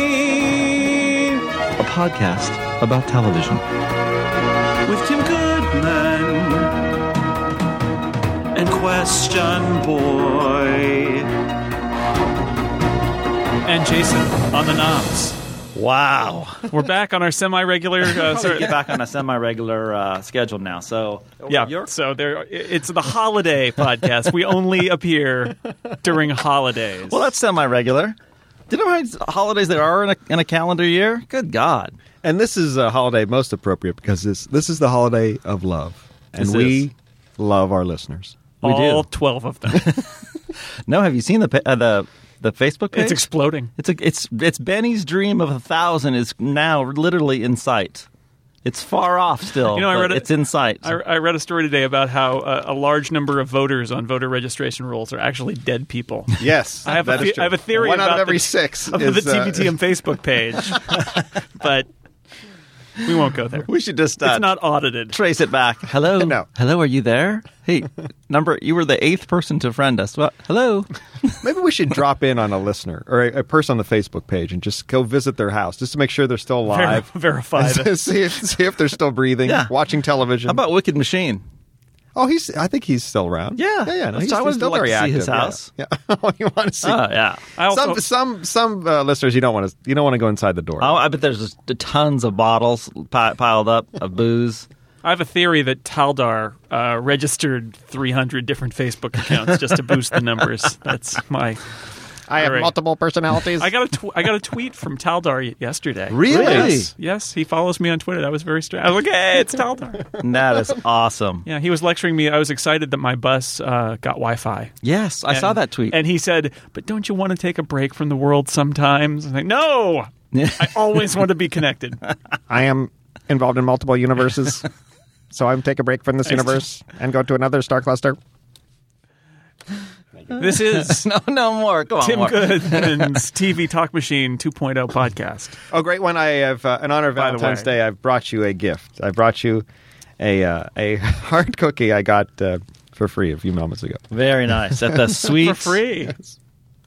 Machine a podcast about television. with Tim Goodman and Question Boy and Jason on the knobs. Wow. We're back on our semi-regular. Oh, Uh, Sorry, sorry, get back on a semi-regular uh, schedule now. So yeah. you're- So there, it's the holiday podcast. We only appear during holidays. well, that's semi-regular. Do you know how many holidays there are in a, in a calendar year? Good God. And this is a holiday most appropriate because this this is the holiday of love, and This we is. love our listeners. we do. all twelve of them. No, have you seen the pa- uh, the the Facebook page? It's exploding. it's a, it's it's Benny's dream of a thousand is now literally in sight. It's far off still. You know, I but read it- it's in sight. I, I read a story today about how uh, a large number of voters on voter registration rolls are actually dead people. Yes, I have a that is the- true. I have a theory One out about of every the- six of is, the uh, TBTM Facebook page, but we won't go there. we should just uh, it's not audited. trace it back. Hello, No. hello, are you there? Hey, number, you were the eighth person to friend us. Well, hello. Maybe we should drop in on a listener or a, a person on the Facebook page and just go visit their house just to make sure they're still Ver- alive. verify that. see, if, see if they're still breathing, Yeah. watching television. How about Wicked Machine? oh, he's. I think he's still around. Yeah. yeah. yeah no, Let's he's, talk- I he's would still like very to see active. his yeah. house. Yeah. Oh, you want to see? Oh, yeah. Uh, I also, some some some uh, listeners you don't want to you don't want to go inside the door. Oh, I bet there's just tons of bottles pi- piled up of booze. I have a theory that Taldar uh, registered 300 different Facebook accounts just to boost the numbers. That's my. I have All right. multiple personalities. I got a tw- I got a tweet from Taldar y- yesterday. Really? Yes. Yes, he follows me on Twitter. That was very strange. I was like, hey, it's Taldar. That is awesome. Yeah, he was lecturing me. I was excited that my bus uh, got Wi-Fi. Yes, I saw And- that tweet. And he said, "But don't you want to take a break from the world sometimes?" I'm like, "No, I always want to be connected." I am involved in multiple universes. so I'm take a break from this universe and go to another star cluster. This is no, no more. Come on, Tim more. Goodman's TV Talk Machine 2.0 podcast. Oh, great one! I have uh, in honor of By the Valentine's way. Day. I've brought you a gift. I brought you a uh, a hard cookie I got uh, for free a few moments ago. Very nice. At the sweet For free,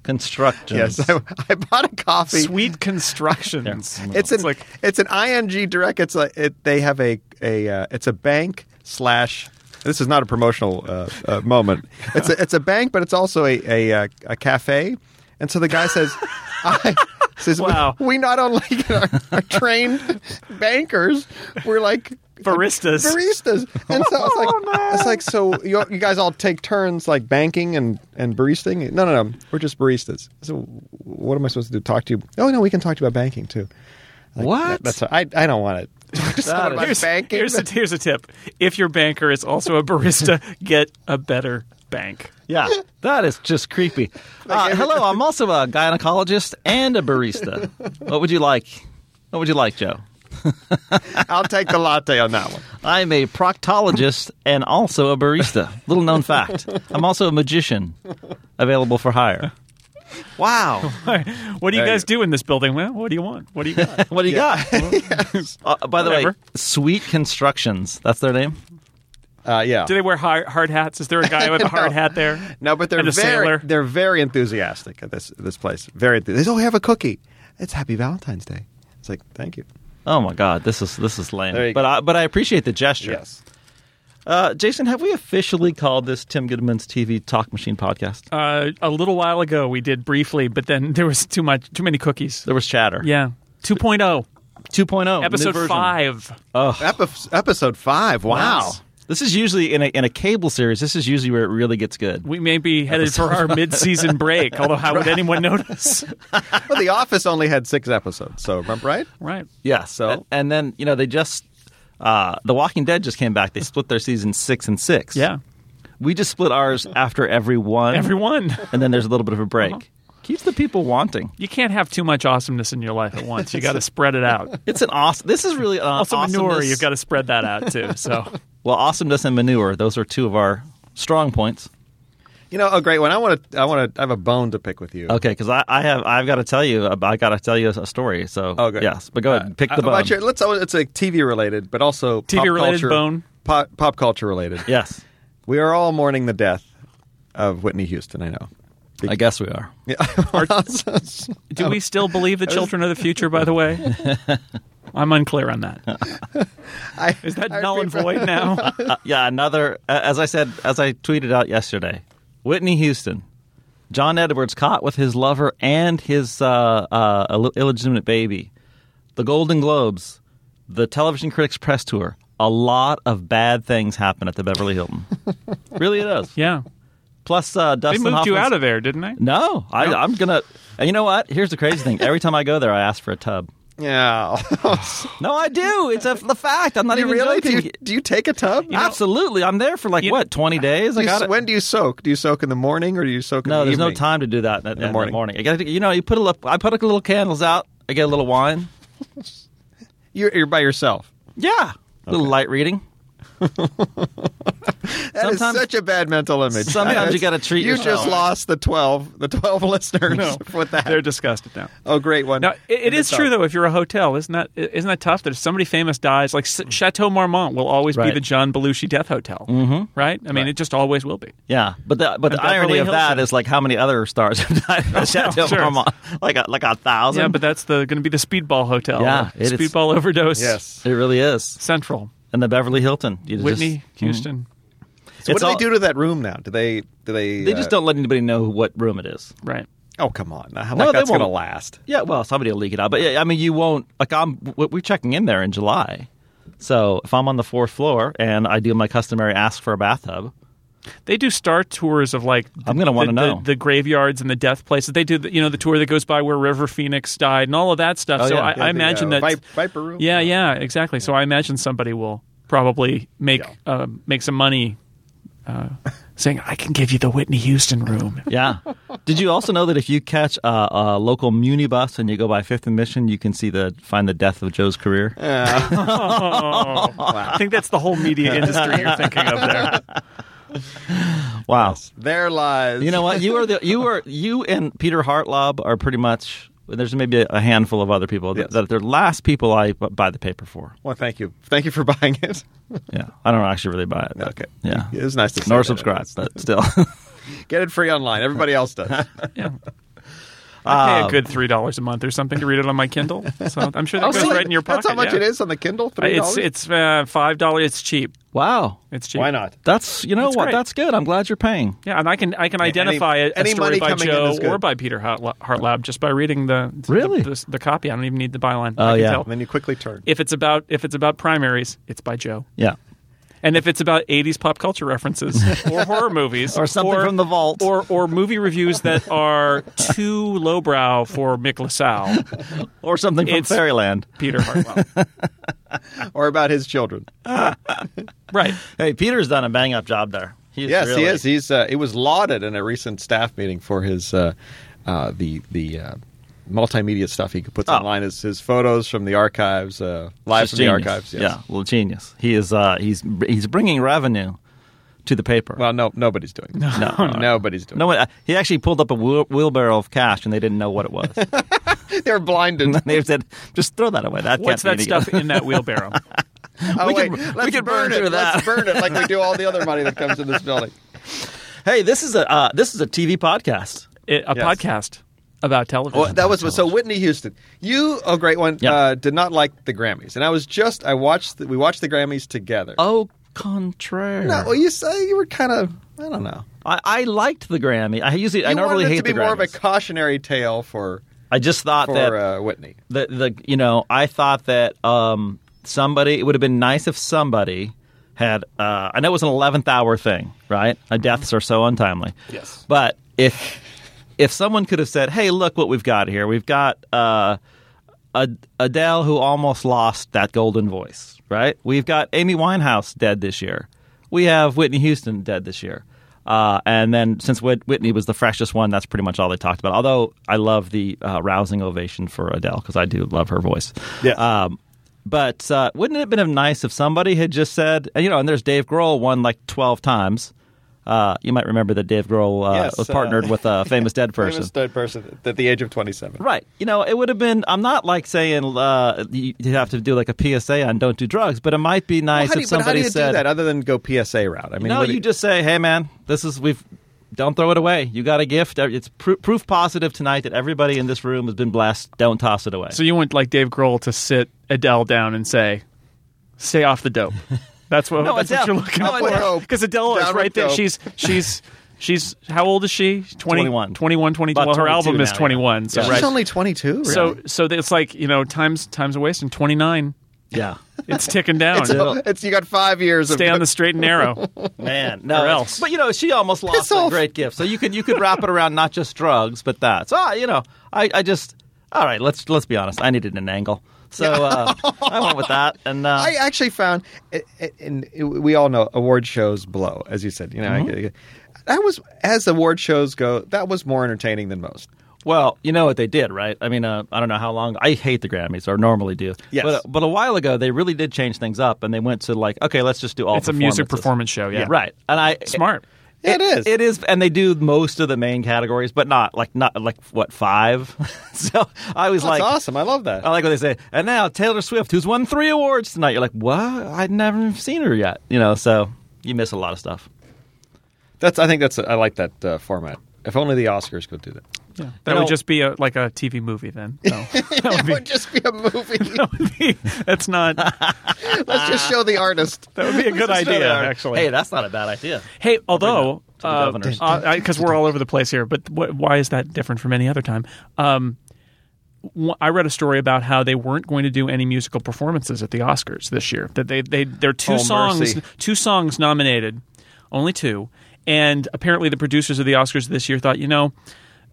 construction. Yes, I, I bought a coffee. sweet constructions. It's an like it's an ing direct. It's a it, they have a a uh, it's a bank slash. This is not a promotional uh, uh, moment. It's a, it's a bank, but it's also a a, uh, a cafe. And so the guy says, I, says we- Wow. we, not only are, are trained bankers, we're like baristas. baristas. And so I was like, it's like so you, you guys all take turns like banking and and baristing. No, no, no, we're just baristas. So what am I supposed to do? Talk to you? Oh no, we can talk to you about banking too. Like, What? that- That's I I don't want it. That about is- banking. Here's a, here's a tip: if your banker is also a barista, get a better bank. Yeah, that is just creepy. Uh, hello, I'm also a gynecologist and a barista. What would you like? What would you like, Joe? I'll take the latte on that one. I'm a proctologist and also a barista. Little known fact. I'm also a magician, available for hire. Wow. What do you There guys you do in this building? Well, what do you want? What do you got? What do you got? Uh, by the way, Whatever. Sweet Constructions. That's their name. Uh, yeah. Do they wear hard, hard hats? Is there a guy with a hard hat there? no, but they're and a very sailor? they're very enthusiastic at this this place. Very. Enth- they say, oh, we have a cookie. It's Happy Valentine's Day. It's like thank you. Oh my God, this is this is There lame. you But go. I, but I appreciate the gesture. Yes. Uh, Jason, have we officially called this Tim Goodman's TV Talk Machine podcast? Uh, a little while ago we did briefly, but then there was too much, too many cookies. There was chatter. Yeah, 2.0 2.0 episode mid-version. five. Epi- episode five. Wow. This is usually in a in a cable series. This is usually where it really gets good. We may be headed for our mid-season break. Although, how would anyone notice? Well, The Office only had six episodes, so remember, right? right. Yeah. So? and, and then you know they just uh, The Walking Dead just came back. They split their season six and six. Yeah. We just split ours after every one. Everyone. And then there's a little bit of a break. Uh-huh. Keeps the people wanting. You can't have too much awesomeness in your life at once. You got to spread it out. It's an awesome. This is really an Also, manure. awesomeness- You've got to spread that out too. So, well, awesomeness and manure. Those are two of our strong points. You know, oh great one. I want to. I want to. I have a bone to pick with you. Okay, because I, I have I've got to tell you I got to tell you a story. So Oh, great. yes, but go ahead and pick Uh, the bone. about your- let's. oh, It's like TV related, but also pop TV-related culture- bone? Pop, pop culture related. yes, We are all mourning the death of Whitney Houston. I know. think. I guess we are. Do we still believe that children are the future, by the way? I'm unclear on that. I, Is that I null and remember- void now? Uh, yeah, another. Uh, as I said, as I tweeted out yesterday, Whitney Houston, John Edwards caught with his lover and his uh, uh, Ill- illegitimate baby, the Golden Globes, the Television Critics Press Tour. A lot of bad things happen at the Beverly Hilton. really, it is. Yeah. Plus, uh, They Dustin moved you Hoffman's- out of there, didn't they? No, I, I'm gonna. And you know what? Here's the crazy thing. Every time I go there, I ask for a tub. Yeah. No, I do. It's a the fact. I'm not you even really? Do joking. you, do you take a tub? Ah, know- Absolutely, I'm there for like You- what 20 days. Do I you- got it. when do you soak? Do you soak in the morning or do you soak in No, the there's no evening? time to do that in, in the morning. morning. I gotta, you know, you put a little, I put a little candles out. I get a little wine. You're, you're by yourself. Yeah, a little light reading. That is Sometimes- such a bad mental image. sometimes you gotta treat You yourself. just lost the twelve, the twelve listeners with that. They're disgusted now. oh, great one. Now, it, it And is it's true up. though. If you're a hotel, isn't that isn't that tough? That if somebody famous dies, like S- Chateau Marmont will always Right. be the John Belushi Death Hotel, mm-hmm. right? I mean, it just always will be. Yeah, but the but the Beverly irony of Hills that Center. is like how many other stars have died at Chateau sure. Marmont? Like a, like a thousand. Yeah, but that's the going to be the Speedball Hotel. Yeah, it is- Speedball overdose. Yes. it really is. Central And the Beverly Hilton, you just- Whitney Mhm. Houston. So what It's do all- they do to that room now? Do they? Do they? uh, They just don't let anybody know what room it is. Right. Oh, come on. How No, like they that's gonna won't. last? Yeah, well, somebody will leak it out. But yeah, I mean, you won't. Like, I'm w- we're checking in there in July, so if I'm on the fourth floor and I do my customary ask for a bathtub, They do star tours of like I'm gonna the- wanna the- know. the graveyards and the death places. They do the, you know the tour that goes by where River Phoenix died and all of that stuff. Oh, so yeah. I, Yeah, I the, imagine uh, that Vi- Viper Room? Yeah, yeah, exactly. So I imagine somebody will probably make uh, make some money uh, saying I can give you the Whitney Houston room. Yeah. Did you also know that if you catch a, a local Muni bus and you go by Fifth and Mission, you can see the find the death of Joe's career? I think that's the whole media industry you're thinking of there. Wow. There lies. You know what? You are the you are you and Peter Hartlob are pretty much. There's maybe a handful of other people that, Yes. that they're last people I bu- buy the paper for. Well, thank you. Thank you for buying it. Yeah, I don't actually really buy it. but Okay. Yeah. It was nice to see Nor that. subscribe, but still. Get it free online. Everybody else does. Yeah. I pay Um, a good three dollars a month or something to read it on my Kindle, so I'm sure that goes right in your pocket. Oh, That's how much yeah. it is on the Kindle. Uh, Three It's it's uh, five dollars. It's cheap. wow. It's cheap. why not? That's you know That's what? great. That's good. I'm glad you're paying. Yeah, and I can I can identify a- a, any story money by coming in Joe is good. or by Peter Hartla- Hartlab just by reading the the- Really? the, the, copy. I don't even need the byline. Oh, I can yeah. tell. And then you quickly turn. If it's about if it's about primaries, it's by Joe. Yeah. And if it's about 80s pop culture references or horror movies Or something from the vault. or or movie reviews that are too lowbrow for Mick LaSalle, Or something from It's- Fairyland. Peter Hartwell. or about his children. right. Hey, Peter's done a bang up job there. He's yes, really- he is. He's uh, he was lauded in a recent staff meeting for his uh, uh, the the uh, multimedia stuff he puts Oh. online. His his photos from the archives, uh, live Just from the genius. archives. Yes. Yeah, well, genius. He is. Uh, he's he's bringing revenue to the paper. Well, no, nobody's doing. it. No, no. nobody's doing. no one. uh, He actually pulled up a wheel, wheelbarrow of cash, and they didn't know what it was. it. they're blinded. they said, "Just throw that away." That What's can't that be any stuff good." in that wheelbarrow? Oh, We wait, could- let's we could burn it. through that. Let's burn it like we do all the other money that comes in this building. hey, this is a uh, this is a TV podcast. It- a Yes. podcast about television. Well, that was so. Whitney Houston, you a great one. Yeah. Uh, did not like the Grammys, and I was just I watched the, we watched the Grammys together. Oh, contraire. no, well, you say you were kind of I don't know. I, I liked the Grammy. I usually I You normally wanted hate it to be the more of a Grammys. cautionary tale for I just thought that for uh, Whitney. the the you know I thought that um somebody it would have been nice if somebody had uh I know it was an eleventh hour thing right Uh, deaths are so untimely Yes. but if if someone could have said hey look what we've got here we've got uh Ad- Adele who almost lost that golden voice right we've got Amy Winehouse dead this year we have Whitney Houston dead this year. Uh, and then, since Whit- Whitney was the freshest one, that's pretty much all they talked about. Although I love the uh, rousing ovation for Adele because I do love her voice. Yeah. Um, but uh, wouldn't it have been nice if somebody had just said, and, you know, and there's Dave Grohl won like 12 times. Uh, you might remember that Dave Grohl uh, Yes, was uh, partnered with a famous dead person. Famous dead person at the age of twenty-seven. Right. You know, it would have been. I'm not like saying uh, you you have to do like a PSA on don't do drugs, but it might be nice how do if you, but how somebody do you said, do that other than go PSA route? I mean, no, what do you just say, "Hey, man, this is we've Don't throw it away. You got a gift. It's pr- proof positive tonight that everybody in this room has been blessed. Don't toss it away. So you want like Dave Grohl to sit Adele down and say, "Stay off the dope." That's what No, that's what Adele. you're looking No, for. Adele. Because Adele is Down with right there. dope. She's she's she's how old is she? 20, 21. 21, 22. About well, her 22 album is now, yeah. 21. So Yeah. She's right. only 22, really. So so it's like you know times times a waste and 29. yeah. It's ticking down. So it's, you got five years Stay of on the straight and narrow. Man, no, Or it's- else. But you know, she almost lost Piss a off. great gift. So you could you could wrap it around not just drugs, but that. So I, you know, I, I just all right. Let's let's be honest. I needed an angle, so uh, I went with that. And uh, I actually found, a- a- and it- we all know award shows blow, as you said. You know, Mm-hmm. I- I- that was as award shows go, that was more entertaining than most. well, you know what they did, right? I mean, uh, I don't know how long. I hate the Grammys, or normally do. Yes. but, but a while ago they really did change things up, and they went to like, okay, let's just do all. It's a music performances. performance show. Yeah. right. And I Smart. it is. It is, and they do most of the main categories, but not like not like what five. so I was That's like, awesome. I love that. I like what they say. And now Taylor Swift, who's won three awards tonight. You're like, what? I'd never even seen her yet. You know, so you miss a lot of stuff. That's. I think that's. I like that uh, format. If only the Oscars could do that. Yeah. That You would know- just be a like a TV movie then. So that would It be- would just be a movie. that's not that Let's Ah. just show the artist. would be a good idea actually. Hey, that's not a bad idea. Hey, although the governors. because we're all over the place here, but wh- why is that different from any other time? Um, wh- I read a story about how they weren't going to do any musical performances at the Oscars this year. That they they there are two Oh, songs mercy. two songs nominated, only two, and apparently the producers of the Oscars this year thought you know.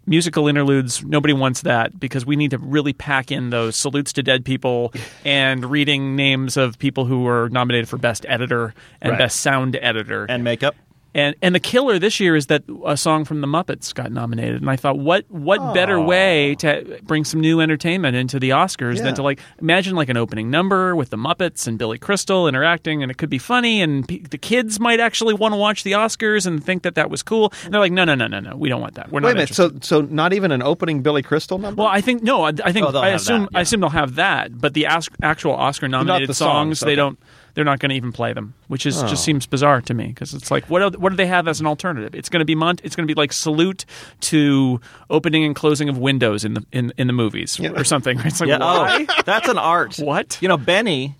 Musical interludes, nobody wants that because we need to really pack in those salutes to dead people and reading names of people who were nominated for best editor and Right. best sound editor. And makeup. And and the killer this year is that a song from the Muppets got nominated, and I thought, what what better way to bring some new entertainment into the Oscars Yeah. than to like imagine like an opening number with the Muppets and Billy Crystal interacting, and it could be funny, and pe- the kids might actually want to watch the Oscars and think that that was cool. And they're like, no, no, no, no, no, we don't want that. We're not. Wait a minute. interested." So, so not even an opening Billy Crystal number. Well, I think no. I, I think Oh, they'll I have assume that, yeah. I assume they'll have that, but the as- actual Oscar nominated the songs, songs, they okay. don't. They're not going to even play them, which is Oh. just seems bizarre to me because it's like what el- what do they have as an alternative? It's going to be Mont. It's going to be like salute to opening and closing of windows in the in, in the movies or something. It's like Yeah. why? Oh, that's an art. What? You know, Benny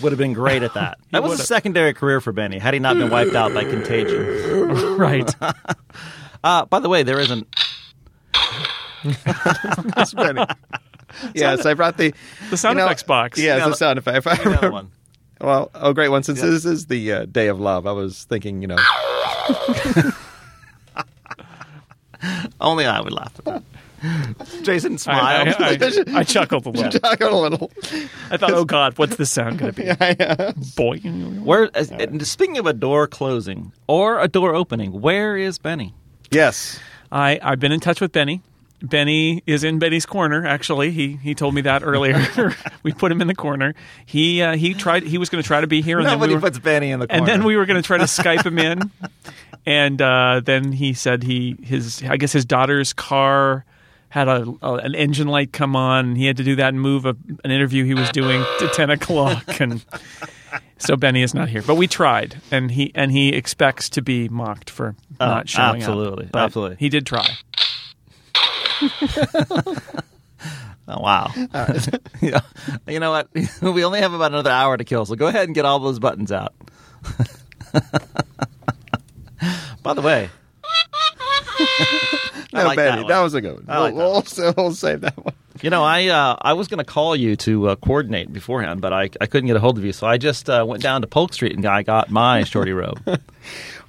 would have been great at that. That was a would've. secondary career for Benny had he not been wiped out by contagion. right. Uh, by the way, there isn't. That's funny. yes, I brought the The sound you know, effects box. Yeah, it's No, the sound effect. If I another remember- one. Well, oh, great one. Since this is the uh, day of love, I was thinking, you know, Only I would laugh at that. Jason smiled. I, I- I- I chuckled a little. I got a little. I thought, oh God, what's this sound going to be? Boy, Where, as, and Speaking of a door closing or a door opening, where is Benny? Yes. I, I've been in touch with Benny. Benny is in Benny's corner. Actually, he he told me that earlier. we put him in the corner. He uh, he tried. He was going to try to be here, and then we were, Benny in the and then we were going to try to Skype him in. And uh, then he said he his I guess his daughter's car had a, a an engine light come on. And he had to do that and move a, an interview he was doing to ten o'clock, and so Benny is not here. But we tried, and he and he expects to be mocked for not showing Oh, absolutely, up. But absolutely. He did try. Oh, wow. yeah. You know what? we only have about another hour to kill, so go ahead and get all those buttons out. By the way, I No, like that Benny, one. that, was a good one. I like we'll, we'll, sa- we'll save that one. you know, I uh, I was going to call you to uh, coordinate beforehand, but I, I couldn't get a hold of you, so I just uh, went down to Polk Street and I got my shorty robe.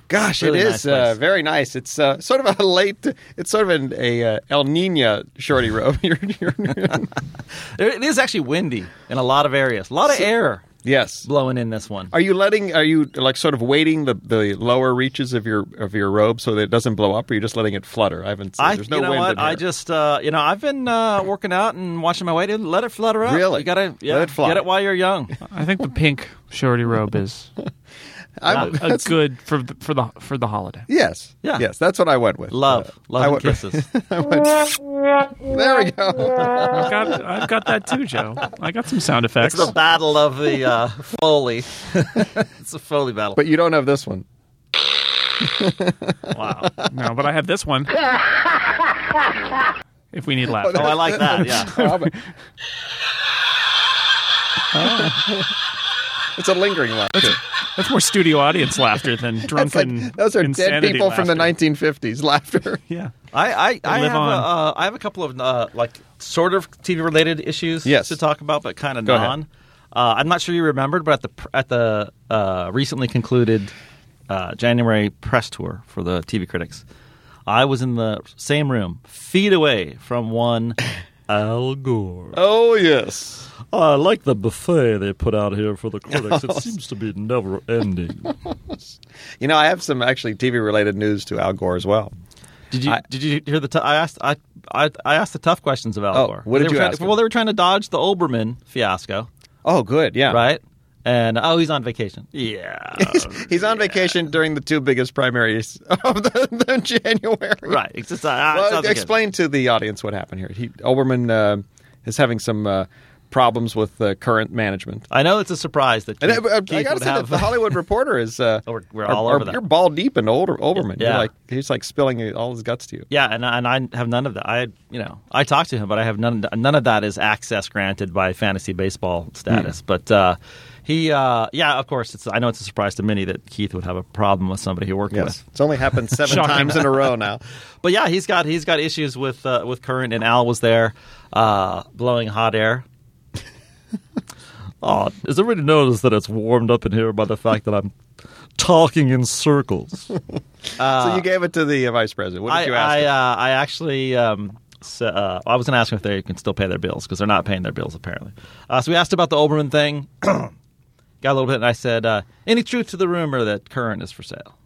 Gosh, Really it nice is uh, place. very nice. It's uh, sort of a late. It's sort of an a uh, El Nino shorty robe. You're- you're- There- it is actually windy in a lot of areas, a lot of air yes. blowing in this one. Are you letting? Are you like sort of weighting the, the lower reaches of your of your robe so that it doesn't blow up? Or are you just letting it flutter? I haven't. Seen, I, there's no you know wind what? in here. I just, uh, you know, I've been uh, working out and watching my weight. and Let it flutter up. Really? You gotta yeah, Let it fly. get it while you're young. I think the pink shorty robe is I'm- a good for the, for the for the holiday. yes. Yeah. Yes. That's what I went with. Love, Uh, love I and went- kisses. There we go. I've got I've got that too, Joe. I got some sound effects. it's the battle of the uh, foley. it's a foley battle. But you don't have this one. Wow. Oh, No, but I have this one. if we need Oh, laughter. Oh, I like that. Yeah. It's a lingering laugh. too. That's more studio audience laughter than It's drunken. like those are dead insanity people from the laughter. 1950s. Laughter. Yeah. I I, I live have a, on. uh, I have a couple of uh, like sort of TV related issues Yes. to talk about, but kind of Go ahead. non. Uh, I'm not sure you remembered, but at the pr- at the uh, recently concluded uh, January press tour for the TV critics, I was in the same room, feet away from one Al Gore. Oh yes. I like the buffet they put out here for the critics. It seems to be never ending. You know, I have some actually TV related news to Al Gore as well. Did you I- did you hear the? T- I asked I, I I asked the tough questions about Oh, Gore. what They did were you trying- ask him? Well, they were trying to dodge the Olbermann fiasco, Oh, good. Yeah. right? And oh, he's on vacation. Yeah, He's on vacation during the two biggest primaries of the, the January. right. It's just, uh, ah, it Well, sounds like it. explain to the audience what happened here. He, Oberman uh, is having some uh, problems with uh, current management. I know it's a surprise that And Keith, I- I, I Keith gotta would say that have. the Hollywood Reporter is uh, Oh, we're- we're are- all are- over that. You're ball deep in older Oberman. You're Yeah. like he's like spilling all his guts to you. yeah, and and I have none of that. I you know I talked to him, but I have none. None of that is access granted by fantasy baseball status. Hmm. But uh, he, uh, yeah, of course, it's. I know it's a surprise to many that Keith would have a problem with somebody he worked with. Yes, it's only happened seven Shocking. times in a row now. But yeah, he's got he's got issues with uh, with current, and Al was there uh, blowing hot air. Oh, has everybody noticed that it's warmed up in here by the fact that I'm talking in circles? so you gave it to the uh, vice president. What did I you ask? I, him? uh, I actually um, s uh, I was going to ask him if they can still pay their bills because they're not paying their bills apparently. Uh, so we asked about the Oberman thing. Got a little bit, and I said, uh, "Any truth to the rumor that Current is for sale?"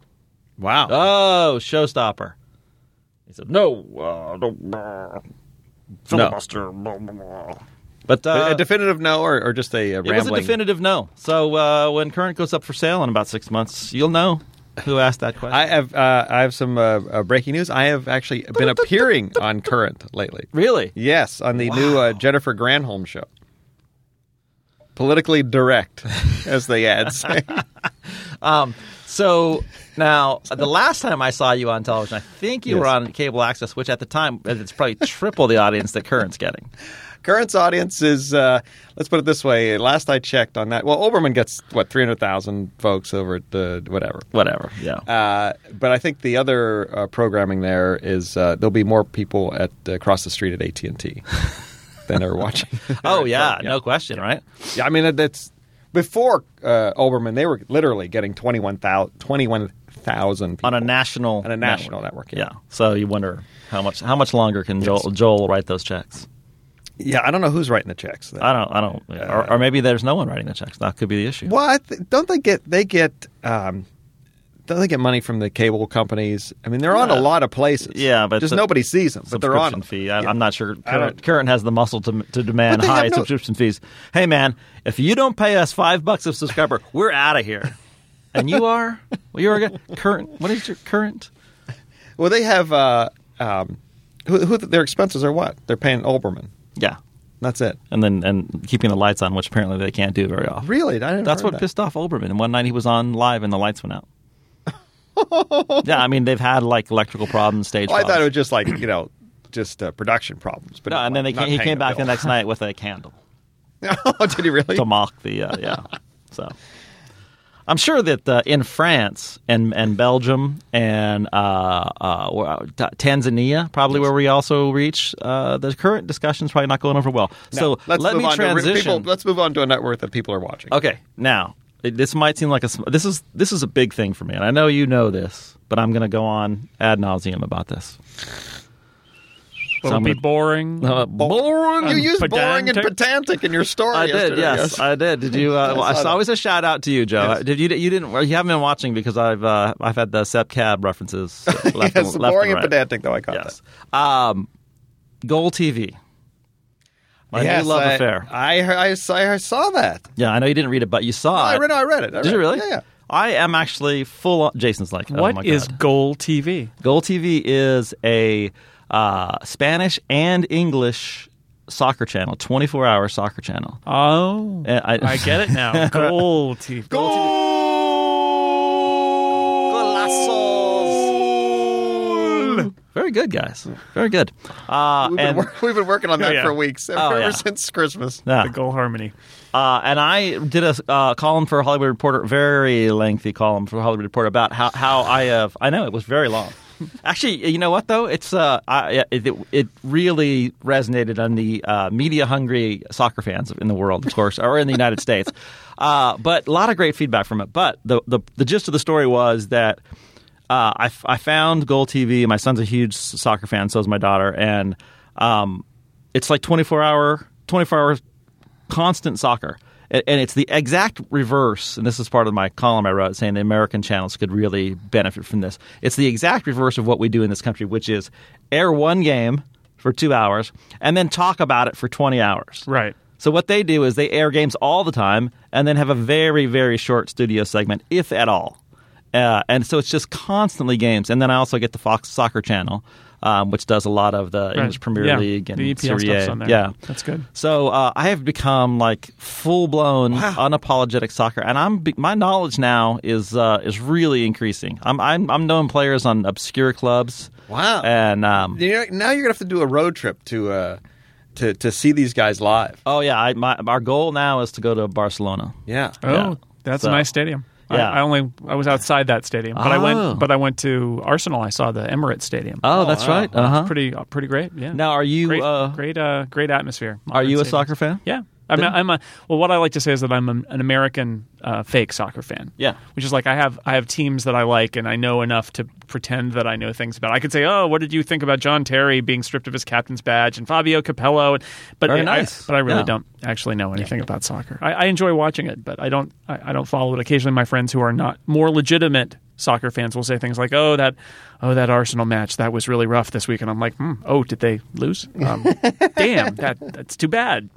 wow. Oh, showstopper! He said, "No, uh, don't uh, filibuster." Blah, blah, blah. But uh, a definitive no, or, or just a, it uh was rambling. a definitive no. So uh, when Current goes up for sale in about six months, you'll know who asked that question. I have uh, I have some uh, uh, breaking news. I have actually been appearing on Current lately. really? Yes, on the new uh, Jennifer Granholm show. Politically direct, as the ads say. So now, the last time I saw you on television, I think you were on cable access, which at the time uh, it's probably triple the audience that Current's getting. Current's audience is, uh, let's put it this way. Last I checked on that, well, Oberman gets what three hundred thousand folks over at the whatever. Whatever. Yeah. Uh, but I think the other uh, programming there is uh, there'll be more people at across the street at AT and T than are watching. oh yeah, no question, right? Yeah, I mean that- that's before uh, Oberman. They were literally getting 21,000 21,000 people On a national On a national network, yeah. yeah. So you wonder how much how much longer can Joel, Joel write those checks? Yeah, I don't know who's writing the checks. I don't. I don't. Uh, or, or maybe there's no one writing the checks. That could be the issue. Well, I th- don't they get they get um, don't they get money from the cable companies? I mean, they're on a lot of places. yeah, but just the- nobody sees them. But they're on. subscription them. fee. I, I'm not sure. I don't- Current, Current has the muscle to, to demand But they have high no- subscription fees. Hey, man, if you don't pay us five bucks a subscriber, we're out of here. And you are? Well, you are a guy- current. What is your current? Well, they have uh, um, who, who their expenses are what they're paying Olbermann. Yeah, That's it. and then and keeping the lights on, which apparently they can't do very often. Really, I didn't. That's heard what that. pissed off Olbermann. And one night he was on live and the lights went out. yeah, I mean they've had like electrical problems, stage. Well, Oh, I thought problems. it was just like you know, just uh, production problems. But No, not and then they like came, not he paying came back the bill. next night with a candle. oh, did he really? to mock the uh, yeah. So I'm sure that uh, in France and and Belgium and uh, uh, where- uh, Ta- Tanzania, probably where we also reach, uh, the current discussion's probably not going over well. so let's let move me on To, re- transition. people, let's move on to a net worth that people are watching. okay, now it- this might seem like a sm- this is this is a big thing for me, and I know you know this, but I'm going to go on ad nauseum about this. But it'll be gonna- boring. Uh, boring. You used boring pedantic. and pedantic in your story. I did, yesterday, yes, I did. Did you? Uh, well, saw it's that. always a shout out to you, Joe. Yes. Did you? You didn't. well, You haven't been watching because I've uh, I've had the Sep Cab references. Left and- yes, left boring and and right. pedantic, though I caught Yes. Um, Goal TV. that. My new love I, affair. I, I, I, I saw that. yeah, I know you didn't read it, but you saw I it. read. I read it. I Uh, Did you read really? it. Yeah. yeah. I am actually full. On, Jason's like, oh my What God. is Goal TV? Goal TV is a uh, Spanish and English soccer channel, twenty four hour soccer channel. Oh, And I- I get it now. Goal TV. Golazo! very good, guys. Very good. Uh, We've, been, and, wor- we've been working on that Yeah. for weeks, Oh, ever yeah. since Christmas. Yeah. The goal harmony. Uh, and I did a uh, column for Hollywood Reporter, very lengthy column for Hollywood Reporter about how, how I have. I know it was very long. Actually, you know what though? It's uh, I, it, it really resonated on the uh, media hungry soccer fans in the world, of course, or in the United States. Uh, but a lot of great feedback from it. But the the, the gist of the story was that uh, I, f- I found Goal TV. My son's a huge s- soccer fan, so is my daughter, and um, it's like twenty four hour twenty four hour constant soccer. And and it's the exact reverse, and this is part of my column I wrote saying the American channels could really benefit from this. It's the exact reverse of what we do in this country, which is air one game for two hours and then talk about it for 20 hours. Right. So what they do is they air games all the time and then have a very very short studio segment, if at all. Uh, and so it's just constantly games. And then I also get the Fox Soccer Channel, um, which does a lot of the English Premier Yeah. League and The EPL Serie A. stuff's on there. Yeah, That's good. So uh, I have become like full blown unapologetic soccer, and I'm be- my knowledge now is uh, is really increasing. I'm, I'm I'm knowing players on obscure clubs. Wow. And um, You know, now you're gonna have to do a road trip to uh, to to see these guys live. oh yeah, I, my, our goal now is to go to Barcelona. Yeah. Oh, Yeah. that's So- a nice stadium. Yeah. I, I only I was outside that stadium, but I Oh. went. But I went to Arsenal. I saw the Emirates Stadium. Oh, that's wow. right. Uh huh. pretty pretty great. Yeah. Now, are you great, uh, great, uh, great atmosphere. are you a Stadiums. soccer fan? Yeah. I'm a, Then- I'm a well. What I like to say is that I'm an an American uh, fake soccer fan. Yeah. which is like I have I have teams that I like, and I know enough to pretend that I know things about. I could say, oh, what did you think about John Terry being stripped of his captain's badge and Fabio Capello? And, but Very I- nice. but I really Yeah. don't actually know anything about soccer. I, I enjoy watching it, but I don't I, I don't follow it. Occasionally, my friends who are not more legitimate soccer fans will say things like, "Oh that, oh that Arsenal match that was really rough this week," and I'm like, hmm, "Oh, did they lose? Um, damn, that that's too bad."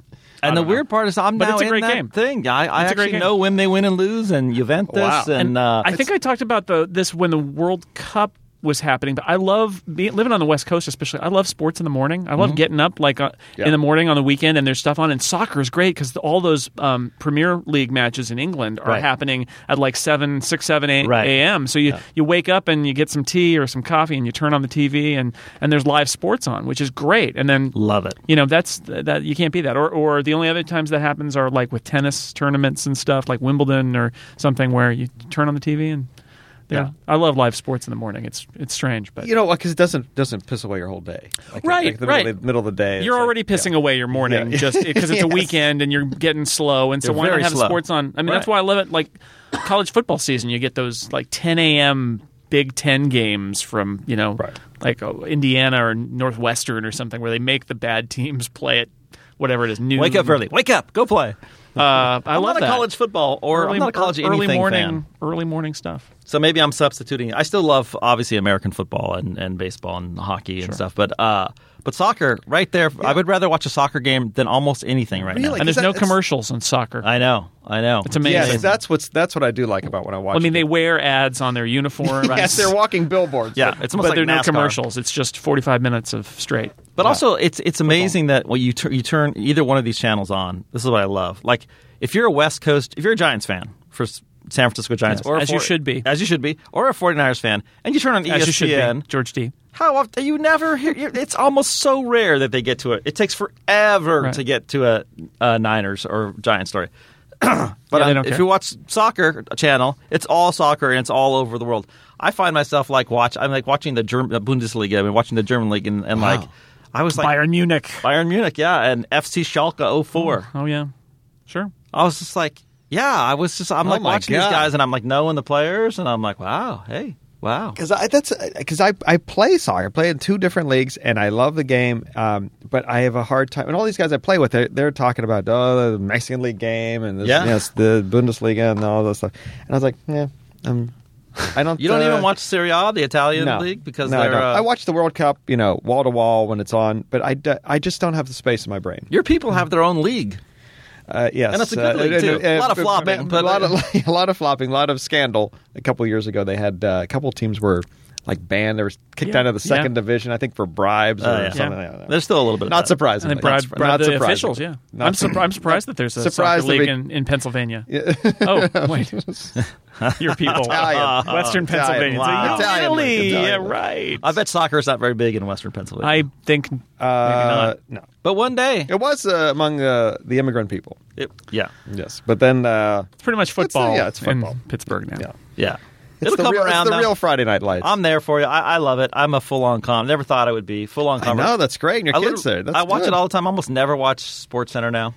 I And the don't know. weird part is, I'm But now it's a in great that game. thing. I, I It's a great actually game. know when they win and lose, and Juventus, Wow. and, uh, I think I talked about the this when the World Cup was happening, but I love being, living on the West Coast, especially. I love sports in the morning. I love Mm-hmm. getting up like uh, Yeah. in the morning on the weekend, and there's stuff on. And soccer is great because all those um, Premier League matches in England are Right. happening at like seven, six, seven a.m. Right. So you you wake up and you get some tea or some coffee, and you turn on the TV, and and there's live sports on, which is great. And then love it. you know that's that you can't be that or or the only other times that happens are like with tennis tournaments and stuff like Wimbledon or something where you turn on the TV and yeah, I love live sports in the morning it's it's strange but You know, because it doesn't doesn't piss away your whole day. Like, Right, like the right. Middle, middle of the day. it's you're like- already pissing away your morning Yeah. just because it's a Yes. weekend and you're getting slow and so They're why not very have slow. sports on I mean that's Right. why I love it like college football season you get those like 10 a.m. Big Ten games from you know Right. like oh, Indiana or Northwestern or something where they make the bad teams play at whatever it is noon Wake up early. Wake up. Go play. Uh, I I'm Mm. love not a that. college football or I'm not a college early anything morning, fan. early morning stuff. So maybe I'm substituting. I still love obviously American football and, and baseball and hockey and stuff, but uh, but soccer right there. I would rather watch a soccer game than almost anything right Really? now. and there's that- no it's- commercials in soccer. I, I know. I know. It's amazing. Yes, Yeah. that's what's that's what I do like about when I watch. mean, they it. wear ads on their uniform. yes, they're walking billboards. Yeah, it's but almost like there are no NASCAR. commercials. It's just 45 minutes of straight. But also, it's it's amazing that when you tur- you turn either one of these channels on, this is what I love. Like if you're a West Coast, if you're a Giants fan for s- San Francisco Giants, Yes, or a as you should be. as you should be, or a 49ers fan, and you turn on E As you E should ESPN, be, George D. how often you never hear? you- It's almost so rare that they get to it. It takes forever Right. to get to a, a Niners or Giants story. But Yeah, they um, don't if care. you watch soccer channel, it's all soccer and it's all over the world. I find myself like watch. I'm like watching the German the Bundesliga. I've been watching the German league and, and like I was like Bayern Munich. Bayern Munich, yeah, and FC Schalke 04. Oh yeah, sure. I was just like, yeah, I was just I'm like Oh my watching God. these guys and I'm like knowing the players and I'm like, wow, hey, wow. because I that's because I, I play soccer. I play in two different leagues, and I love the game. Um, but I have a hard time. And all these guys I play with, they're, they're talking about oh, the Mexican league game and this, Yeah. yes, the Bundesliga and all that stuff. And I was like, yeah, I'm. I don't. You don't uh, even watch Serie A, the Italian no. league, because no, I, they're don't. uh, I watch the World Cup, you know, wall to wall when it's on. But I, do- I just don't have the space in my brain. your people have their own league. Uh, yes, And it's a good league, too. A lot of flopping, A but- lot of a lot of flopping, a lot of scandal. A uh, couple years ago, they had uh, a couple teams were like banned or kicked Yeah. out of the second Yeah. division, I think, for bribes Oh, or yeah. something Yeah. like that. There's still a little bit. of Not that. surprised. And they bribed, bribed not the surprised. officials. Yeah, Not I'm, surpri- I'm surprised that there's a Surprised soccer that league we- in, in Pennsylvania. Oh wait, your people, Italian. Western Italian. Pennsylvania, Wow. It's like, Italian "No, league, Italy, Italian yeah, league. right. I bet soccer is not very big in Western Pennsylvania. I think maybe Uh, not. no, but one day, it was uh, among uh, the immigrant people. it- yeah, Yes, but then uh, It's pretty much it's the- football. yeah, it's in football. Pittsburgh now. yeah, yeah. it's It'll the come real, around. It's the though. real Friday Night Lights. I'm there for you. I, I love it. I'm a full on com. Never thought I would be full on I com. know that's great. And your I kids literally- there. That's I watch good. it all the time. I almost never watch Sports Center now.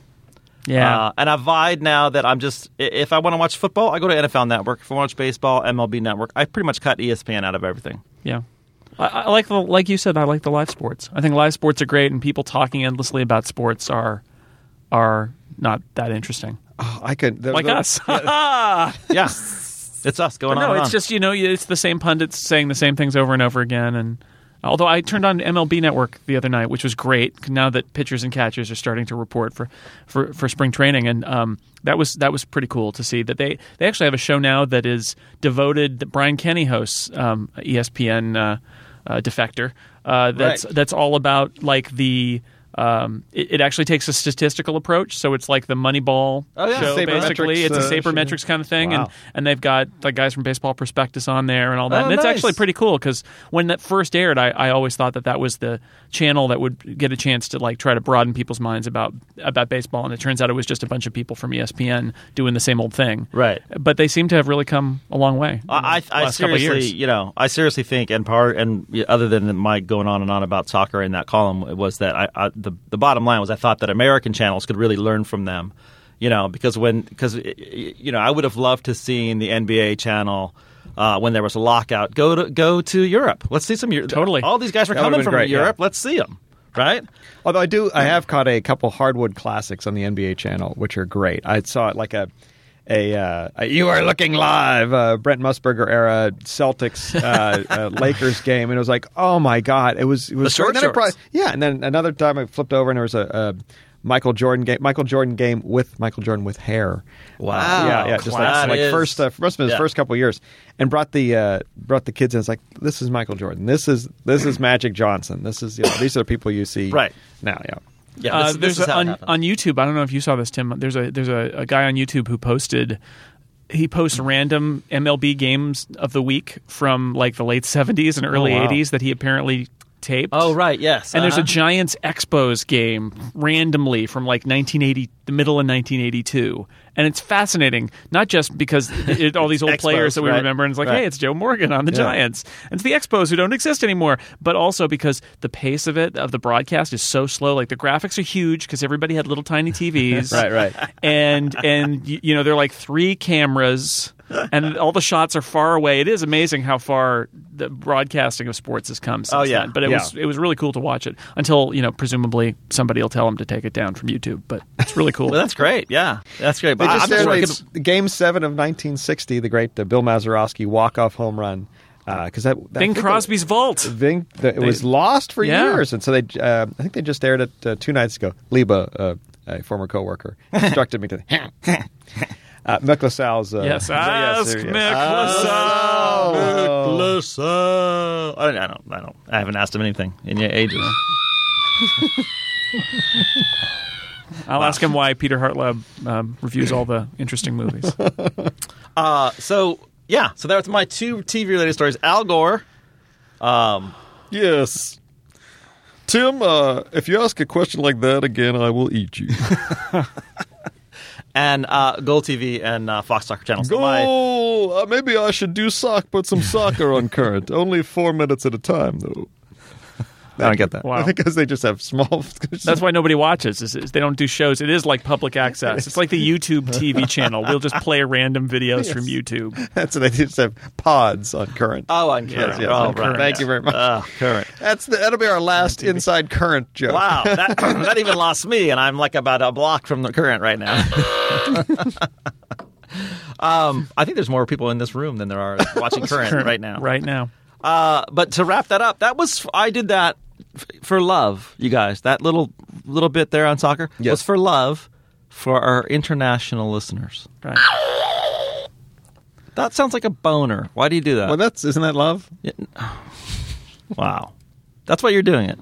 Yeah. Uh, and I vied now that I'm just, i- if I want to watch football, I go to NFL Network. If I want to watch baseball, MLB Network. I pretty much cut E ESPN out of everything. Yeah. I, I like the like you said, I like the live sports. I think live sports are great and people talking endlessly about sports are are not that interesting. Oh, I could the- Like the- us. Yeah. it's us going on. no, and it's on. just, you know, it's the same pundits saying the same things over and over again and although I turned on MLB Network the other night, which was great now that pitchers and catchers are starting to report for for, for spring training and um, that was that was pretty cool to see that they they actually have a show now that is devoted that Brian Kenny hosts um, ESPN uh, uh, defector. Uh, that's Right. that's all about like the um, it, it actually takes a statistical approach, so it's like the Moneyball Oh, yeah. show. Sabermetrics, Basically, it's a uh, sabermetrics kind of thing, Wow. and and they've got like guys from Baseball Prospectus on there and all that, Oh, and it's nice. actually pretty cool because when that first aired, I, I always thought that that was the channel that would get a chance to like try to broaden people's minds about about baseball, and it turns out it was just a bunch of people from E ESPN doing the same old thing, Right. But they seem to have really come a long way. in I, the I, I last couple of seriously, years. you know, I seriously think, and part, and yeah, other than my going on and on about soccer in that column, it was that I, I the the bottom line was I thought that American channels could really learn from them, you know, because when because you know I would have loved to seen the NBA channel. Uh, when there was a lockout, go to go to Europe. Let's see some Eu- Totally. All these guys were That would've coming been from great, yeah. Europe. Let's see them, right? Although I do, I have caught a couple hardwood classics on the NBA channel, which are great. I saw it like a. A, uh, a you are looking live, uh, Brent Musburger era Celtics uh, uh, Lakers game, and it was like, oh my god, it was it was short great. And then I shorts. yeah, and then another time I flipped over and there was a, a Michael Jordan game, Michael Jordan game with Michael Jordan with hair. Wow. Uh, yeah, yeah, just like, That so, like is- first uh, must have been his yeah. first couple years, and brought the uh, brought the kids in. It's like this is Michael Jordan, this is this is Magic Johnson, this is you know, these are the people you see Right. now, yeah. Yeah, Uh, this, there's this is a, how it on, happened. on YouTube. I don't know if you saw this, Tim. There's a there's a, a guy on YouTube who posted. He posts Mm-hmm. random MLB games of the week from like the late 70s and early Oh, wow. 80s that he apparently taped. oh right, yes, And there's a uh-huh. Giants Expos game randomly from like 1980, the middle of 1982, and it's fascinating. Not just because it, all these old Expos, players that we right. remember, and it's like, Right. hey, it's Joe Morgan on the Giants, and it's the Expos who don't exist anymore. But also because the pace of it of the broadcast is so slow. Like the graphics are huge because everybody had little tiny TVs, Right, right. and and y- you know they're like three cameras and all the shots are far away it is amazing how far the broadcasting of sports has come since Oh, yeah. then but it Yeah. was it was really cool to watch it until you know presumably somebody will tell them to take it down from youtube but it's really cool Well, that's great. Yeah, that's great. They But I- just I'm just aired worried- like Game Seven of 1960, the great uh, Bill Mazeroski walk-off home run, because that, Uh, that I bing think it- crosby's vault Ving, the, it was lost for Yeah. years, and so they. Uh, I think they just aired it uh, two nights ago. Liba, uh, a former coworker, instructed me to. uh, Mick LaSalle's. Uh, yes yes, ask yes. Mick LaSalle. Oh, Oh, I don't, I don't. I don't. I haven't asked him anything in ages. i'll ask him why peter hartleb um, reviews all the interesting movies Uh, so yeah. So that was my two TV related stories. Al Gore. Yes. Tim, uh, if you ask a question like that again, I will eat you. And uh, Gold TV and uh, Fox Soccer Channel. So my, Oh, uh, maybe I should do sock, put some soccer on current. Only four minutes at a time, though. I don't get that. Wow. because they just have small. That's why nobody watches. Is, is they don't do shows. It is like public access. It's like the YouTube TV channel. We'll just play random videos from YouTube. That's they just have pods on current. oh, I'm yes, current. yes, oh, on right, current. Thank yeah. you very much. Uh, current. That's the, that'll be our last inside current joke. Wow, that, that even lost me, and I'm like about a block from the current right now. um, I think there's more people in this room than there are watching current right now. Right now, Uh, but to wrap that up, that was I did that f- for love, you guys. That little little bit there on soccer Yes. was for love for our international listeners. right. That sounds like a boner. Why do you do that? Well, that's isn't that love? wow. That's why you're doing it.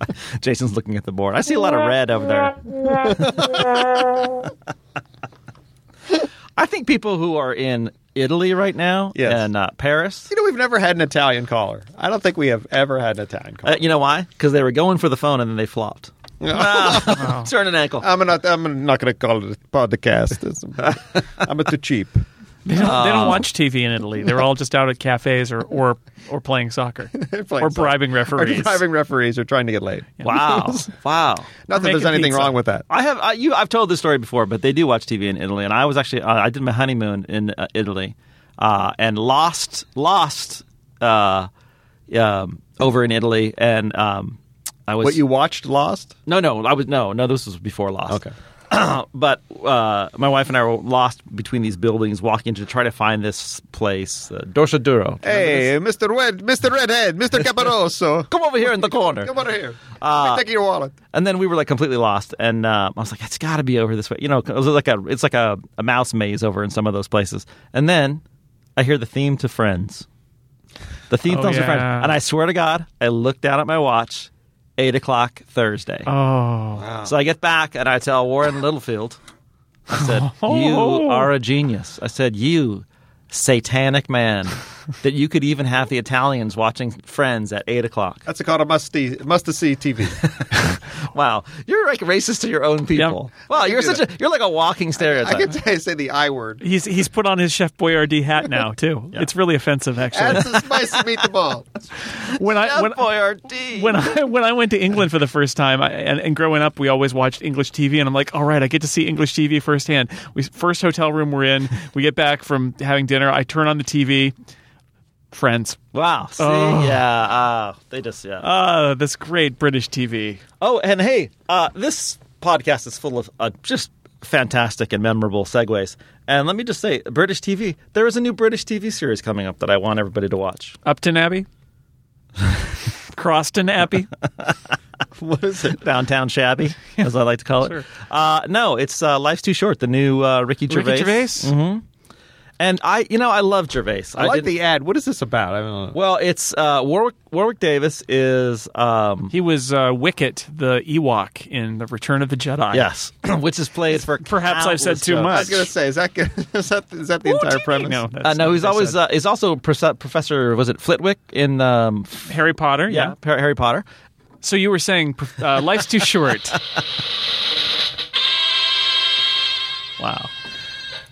Jason's looking at the board. I see a lot of red over there. I think people who are in Italy right now Yes. and uh, Paris. You know, we've never had an Italian caller. I don't think we have ever had an Italian caller. Uh, you know why? Because they were going for the phone and then they flopped. Ah, turned an ankle. I'm not. I'm not going to call it a podcast. It's- I'm too cheap. They don't, they don't watch TV in Italy. They're all just out at cafes or or, or playing soccer playing or soccer. bribing referees. Or driving referees are trying to get laid. Wow! wow! Not that Making there's anything pizza. wrong with that. I have I, you. I've told this story before, but they do watch TV in Italy, and I was actually uh, I did my honeymoon in uh, Italy, uh, and lost lost uh, um, over in Italy, and um, I was What you watched Lost? no no I was no no this was before Lost Okay. but uh, my wife and I were lost between these buildings, walking to try to find this place, uh, Dorsa Duro. Hey, Mr. Red, Mr. Redhead, Mr. Caparoso. Come over here in the corner. Come over here. Let me take your wallet. and then we were like completely lost and uh, i was like it's got to be over this way you know it was like a it's like a, a mouse maze over in some of those places and then i hear the theme to friends the theme Oh, songs to friends yeah. and i swear to god i look down at my watch 8 o'clock thursday Oh, so i get back and i tell warren littlefield i said you are a genius i said you satanic man that you could even have the italians watching friends at 8 o'clock That's a called a must see, must see TV. Wow, you're like racist to your own people. Wow, you're do such a you're like a walking I can stereotype. tell you say the I word. he's he's put on his Chef Boyardee hat now too. It's really offensive, actually. That's a spicy meatball. when I when, Boyardee. when I when I went to England for the first time, I, and, and growing up, we always watched English TV, and I'm like, all right, I get to see English TV firsthand. We first hotel room we're in, we get back from having dinner, I turn on the TV, Friends, wow, see, Oh. yeah, uh, they just yeah. ah, this great British TV. oh, and hey, uh, this podcast is full of uh, just fantastic and memorable segues. And let me just say, British TV. There is a new British TV series coming up that I want everybody to watch. Upton Abbey, Croston Abbey. What is it? Downtown Shabby, as I like to call it. Sure. Uh, no, it's uh, Life's Too Short, the new uh, Ricky Gervais. Mm-hmm. Ricky Gervais. And I, you know, I love Gervais. I like didn't- the ad. What is this about? I don't know. Well, it's uh, Warwick. Warwick Davis is um, He was uh, Wicket, the Ewok in the Return of the Jedi. yes, which is played for. Perhaps I've said countless too times. much. I was going to say, is that, is that, is that the entire premise? No, Uh, that's no, not he's what I always said. uh, he's also Prof- Professor. Was it Flitwick in um, f- Harry Potter. yeah, Yeah. Har- Harry Potter? So you were saying uh, life's too short. Wow.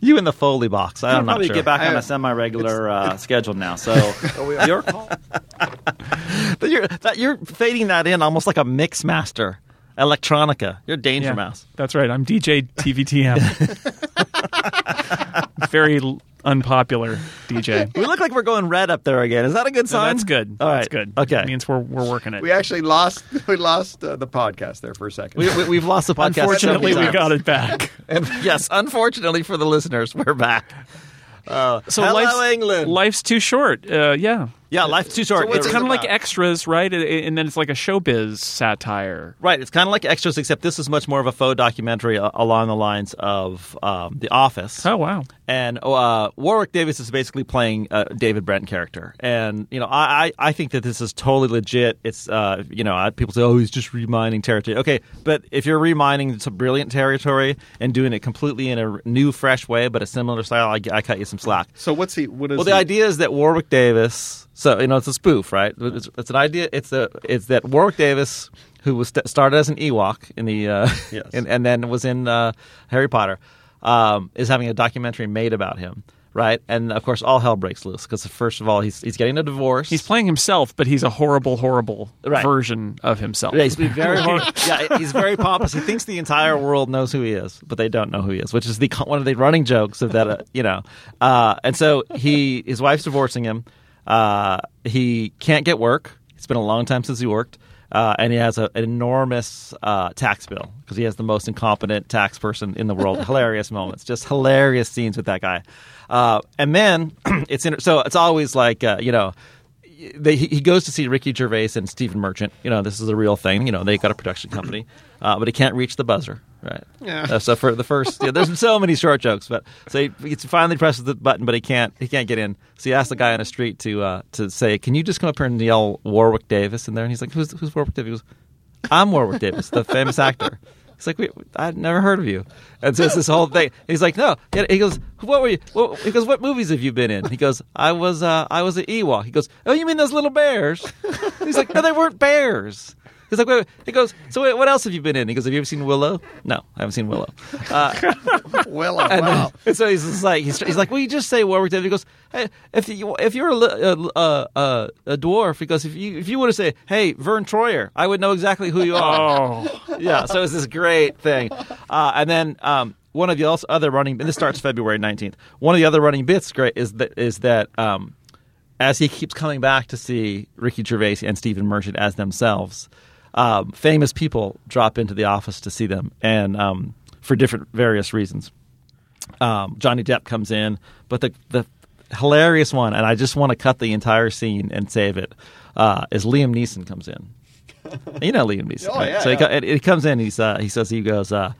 You in the Foley box? I don't know. probably Sure. get Get back on I- a semi-regular uh, schedule now. So your call. but you're that, you're fading that in almost like a mix master electronica. You're Danger Yeah, Mouse. That's right. I'm DJ TVTM. Very l- unpopular DJ. We look like we're going red up there again. Is that a good No, sign? that's good. All right. That's good. Okay. It means we're we're working it. We actually lost we lost uh, the podcast there for a second. We, we, we've lost the podcast. Fortunately, we several got times. it back. Yes, unfortunately for the listeners, we're back. Uh, So hello, life's, England. life's too short. Uh, yeah. yeah, life's too short. So what's It's it kind of like about? extras, right? And- And then it's like a showbiz satire. right. It's kind of like extras, except this is much more of a faux documentary uh, along the lines of um, The Office. Oh wow. And uh, Warwick Davis is basically playing a David Brent character, and you know I, I, I think that this is totally legit. It's uh, you know I- people say oh he's just remining territory, okay, but if you're remining some brilliant territory and doing it completely in a new fresh way, but a similar style, I, I cut you some slack. so what's he? What is? Well, the he- idea is that Warwick Davis. So you know, it's a spoof, right? It's, it's an idea. It's a it's that Warwick Davis, who was st- started as an Ewok in the uh, Yes. and, and then was in uh, Harry Potter, um, is having a documentary made about him, right? And of course, all hell breaks loose because first of all, he's he's getting a divorce. He's playing himself, but he's a horrible, horrible Right. version of himself. Yeah, he's been very hor- yeah, he's very pompous. He thinks the entire world knows who he is, but they don't know who he is, which is the one of the running jokes of that. Uh, you know, uh, and so he his wife's divorcing him. Uh, he can't get work. It's been a long time since he worked. Uh, and he has a, an enormous uh, tax bill because he has the most incompetent tax person in the world. hilarious moments, just hilarious scenes with that guy. Uh, and then it's inter- so it's always like uh, you know they, he he goes to see Ricky Gervais and Stephen Merchant. You know, this is a real thing. You know, they got a production company, uh, but he can't reach the buzzer. Right. Yeah. Uh, so for the first, yeah, there's so many short jokes, but so he, he finally presses the button, but he can't. He can't get in. So he asks the guy on the street to uh, to say, "Can you just come up here and yell Warwick Davis in there?" And he's like, "Who's, who's Warwick Davis?" He goes, "I'm Warwick Davis, the famous actor." He's like, "Wait, I'd never heard of you." And so it's this whole thing. He's like, "No." He goes, "What were you?" What, he goes, "What movies have you been in?" He goes, "I was uh, I was an Ewok." He goes, "Oh, you mean those little bears?" He's like, "No, they weren't bears." He's like, wait, wait. He goes, so wait, what else have you been in? He goes, have you ever seen Willow? No, I haven't seen Willow. Uh, Well, uh, and, then- wow. and so he's just like, he's, he's like, well, you just say Warwick Davis. He goes, hey, if you if you're a, li- a, a, a, a dwarf, he goes, if you if you were to say, hey, Vern Troyer, I would know exactly who you are Oh, yeah, so it's this great thing. Uh, and then um, one of the also other running, and this starts February 19th. One of the other running bits great is that is that um, as he keeps coming back to see Ricky Gervais and Stephen Merchant as themselves, um, famous people drop into the office to see them, and um, for different various reasons um, Johnny Depp comes in, but the the hilarious one, and I just want to cut the entire scene and save it, uh, is Liam Neeson comes in. you know Liam Neeson, Oh, right? yeah, so He, yeah. co- and he comes in. He's uh, he says he goes, uh,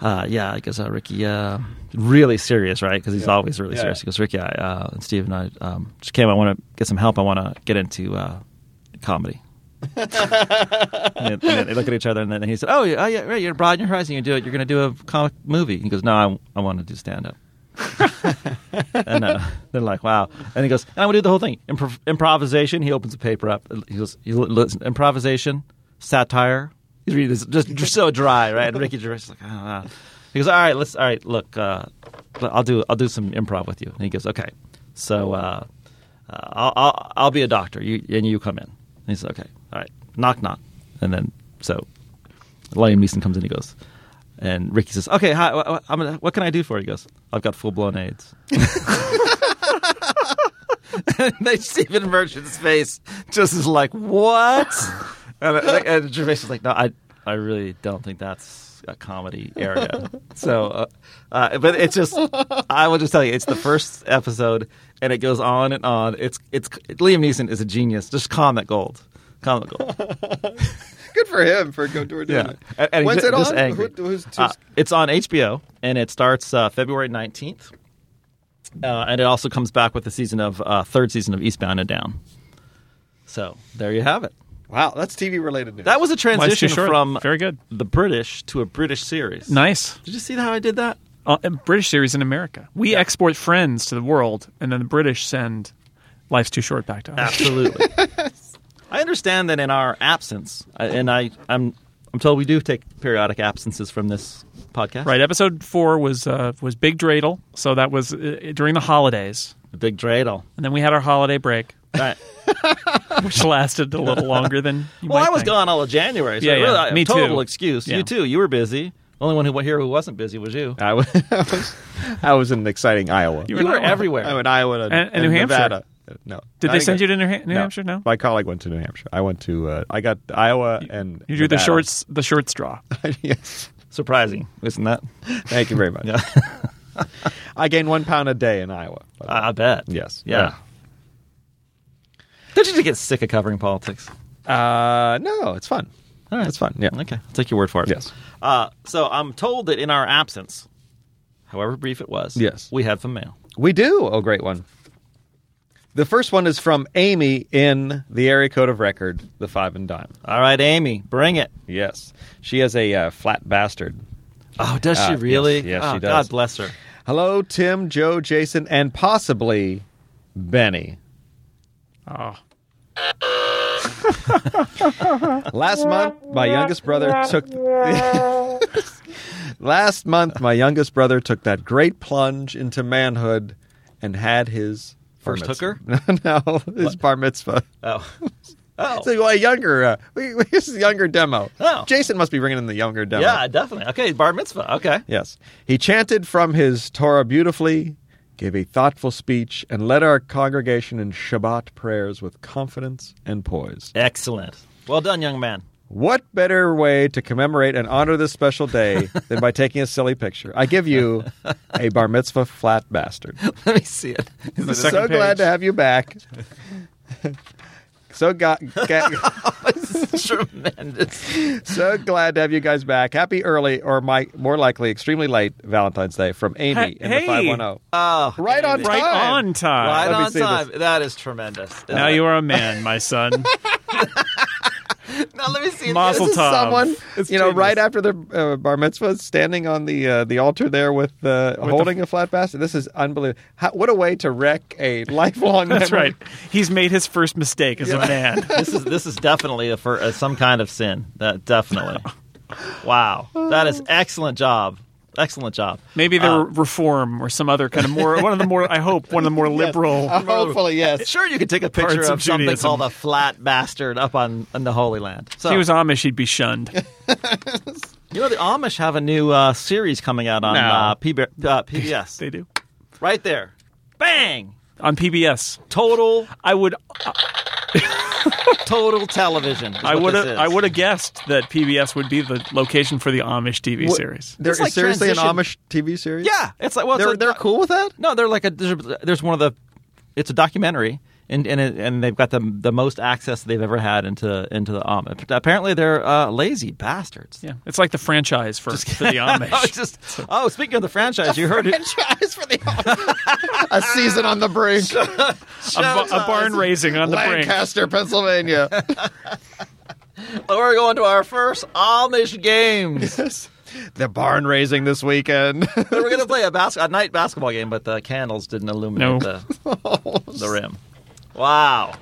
uh, yeah, he goes, uh, Ricky, uh, really serious, right? Because he's always really Yeah. serious. He goes, Ricky, I, uh, and Steve and I um, just came. I want to get some help. I want to get into uh, comedy. and, then- and then they look at each other, and then he said, "Oh, yeah, oh, yeah right. You're broadening your horizon. You do it. You're going to do a comic movie." He goes, "No, I, I want to do stand up." and uh, they're like, "Wow!" And he goes, "And I would do the whole thing: Improv- improvisation." He opens the paper up. He goes, "You li- listen, improvisation, satire." He's reading this just, just so dry, right? And Ricky Gervais is like, "Oh, wow." He goes, "All right, let's. All right, look, uh, I'll do. I'll do some improv with you." And he goes, "Okay, so uh, uh, I'll, I'll I'll be a doctor, you, and you come in." And he says, "Okay, all right, knock knock," and then so Liam Neeson comes in. He goes, and Ricky says, "Okay, hi, wh- wh- I'm gonna, what can I do for you?" He goes, "I've got full blown AIDS." and then Stephen Merchant's face just is like, "What?" And, and Gervais is like, "No, I, I really don't think that's a comedy area." so, uh, uh, but it's just, I will just tell you, it's the first episode, and it goes on and on. It's, it's Liam Neeson is a genius, just comic gold, comic gold. Good for him for go doing Yeah. it. And, and When's he's it just on? angry. Who- who's- Uh, it's on HBO, and it starts uh, February 19th. Uh, and it also comes back with the season of uh, third season of Eastbound and Down. So there you have it. wow, that's TV related news. That was a life's too transition short. from very good. the British to a British series. Nice. Did you see how I did that? uh, a British series in America. We export Friends to the world, and then the British send Life's Too Short back to us. Absolutely. I understand that in our absence, I- and I, I'm, I'm told we do take periodic absences from this podcast. Right. Episode four was uh, was Big Dreidel, so that was uh, during the holidays, The big dreidel. and then we had our holiday break, Right. which lasted a little longer than. You Well, might I was think. gone all of January, so Yeah, really, yeah. I- Me total too. excuse. Yeah. You too. You were busy. The only one who here who wasn't busy was you. I was, I was, I was in exciting Iowa. You Uh, You were not- everywhere. I'm in Iowa and, And- and New Hampshire. Nevada. No. Did I they didn't send go- you to New, Ha- New Hampshire? No. My colleague went to New Hampshire. I went to. Uh, I got Iowa and You drew the Nevada. shorts, the short straw. yes. Surprising, isn't that? Thank you very much. Yeah. I gained one pound a day in Iowa. by the way. I I bet. Yes. Yeah. Don't you just get sick of covering politics? Uh, no, it's fun. All right. It's fun. Yeah. Okay. I'll take your word for it. Yes. Uh, so I'm told that in our absence, however brief it was, Yes. we had some mail. We do. Oh, great one. The first one is from Amy in the area code of record, the five and dime. All right, Amy, bring it. Yes. She has a uh, flat bastard. Oh, does Uh, she really? yes, yes, oh, she does. God bless her. Hello, Tim, Joe, Jason, and possibly Benny. Oh, Last month, my youngest brother took. Last month, my youngest brother took that great plunge into manhood and had his bar First mitzvah. no, his bar mitzvah. Oh. Oh. So a younger, uh, we, we, this is a younger demo. Oh. Jason must be bringing in the younger demo. yeah, definitely. Okay, bar mitzvah. Okay. Yes. He chanted from his Torah beautifully, gave a thoughtful speech, and led our congregation in Shabbat prayers with confidence and poise. Excellent. Well done, young man. What better way to commemorate and honor this special day than by taking a silly picture? I give you a bar mitzvah flat bastard. Let me see it. the so second glad page. to have you back. So got, ga- Tremendous. so glad to have you guys back. Happy early, or my more likely, extremely late Valentine's Day from Amy Hey- in hey. the five one zero. Oh, Right on time. Right on time. right let me on see this. time. That is tremendous. Now you are a man, my son. Now let me see. Mazel this. This is tov. someone, It's you know, genius. right after the uh, bar mitzvah, standing on the uh, the altar there with, uh, holding a flat basket. This is unbelievable. How, what a way to wreck a lifelong. That's memory. right. He's made his first mistake as a man. This is This is definitely a for uh, some kind of sin. That definitely. wow, that is excellent job. Excellent job. Maybe they Uh, were reform or some other kind of more. One of the more, I hope, one of the more liberal. Uh, Hopefully, yes. Sure, you could take a picture Parts of, of something Judaism. called a flat bastard up on in the Holy Land. If So he was Amish, he'd be shunned. you know the Amish have a new uh, series coming out on No. uh, PB- uh, PBS. They do right there, bang! on PBS. Total, I would, total television. is I what would, this is. I would have guessed that PBS would be the location for the Amish TV series. There It's is like seriously an transition. Amish TV series. Yeah, it's like well, it's they're a- they're cool with that. No, they're like a there's, there's one of the it's a documentary and and it, and they've got the the most access they've ever had into into the um. Apparently they're uh, lazy bastards. Yeah, it's like the franchise for, for the Oh, Amish. just oh, speaking of the franchise, you heard it. Franchise for the Amish. a season on the brink. a, ba- a barn raising on the brink. Lancaster, Pennsylvania. We're going to our first Amish games. the barn raising this weekend. we were going to play a, bas- a night basketball game, but the candles didn't illuminate No. the the rim. Wow,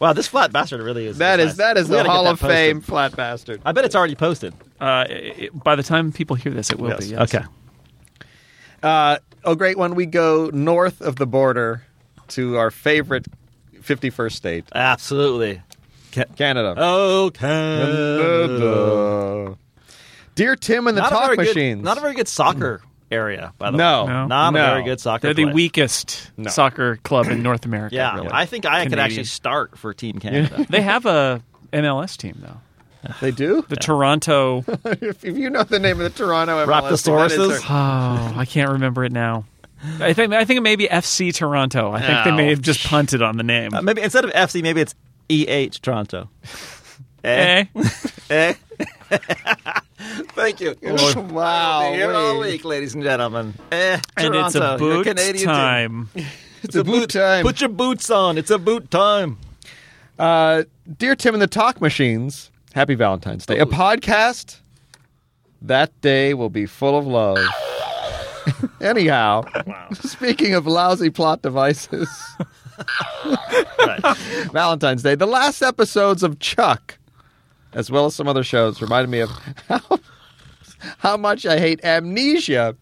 wow, this flat bastard really is. that is is that is nice. We the gotta get Hall that of Fame posted. flat bastard. I bet it's already posted. Uh, it, by the time people hear this, it will be. Yes. Okay. Uh, oh, great one. We go north of the border to our favorite 51st state, Absolutely. Canada. Oh, Canada. Canada. Dear Tim and the Not a Talk very Machines. Good, not a very good soccer area, by the No. way. No. Not No. a very good soccer They're the place. weakest soccer club in North America. Yeah, really. I think I could Canadian. actually start for Team Canada. they have a MLS team though. they do? The Toronto. if, if you know the name of the Toronto MLS, team, that is Raptosauruses. her- Oh, I can't remember it now. I think I think it may be FC Toronto. I think they may have just punted on the name. Uh, maybe instead of FC, maybe it's EH Toronto. Eh? Eh? Thank you. Oh, Wow. Here all wait. week, ladies and gentlemen. Eh, and it's Toronto, a your boot Canadian team. time. It's a boot time. Put your boots on. It's a boot time. Uh, Dear Tim and the Talk Machines, happy Valentine's Day. A podcast, that day will be full of love. Anyhow, speaking of lousy plot devices, Valentine's Day, the last episodes of Chuck, as well as some other shows, reminded me of how, how much I hate amnesia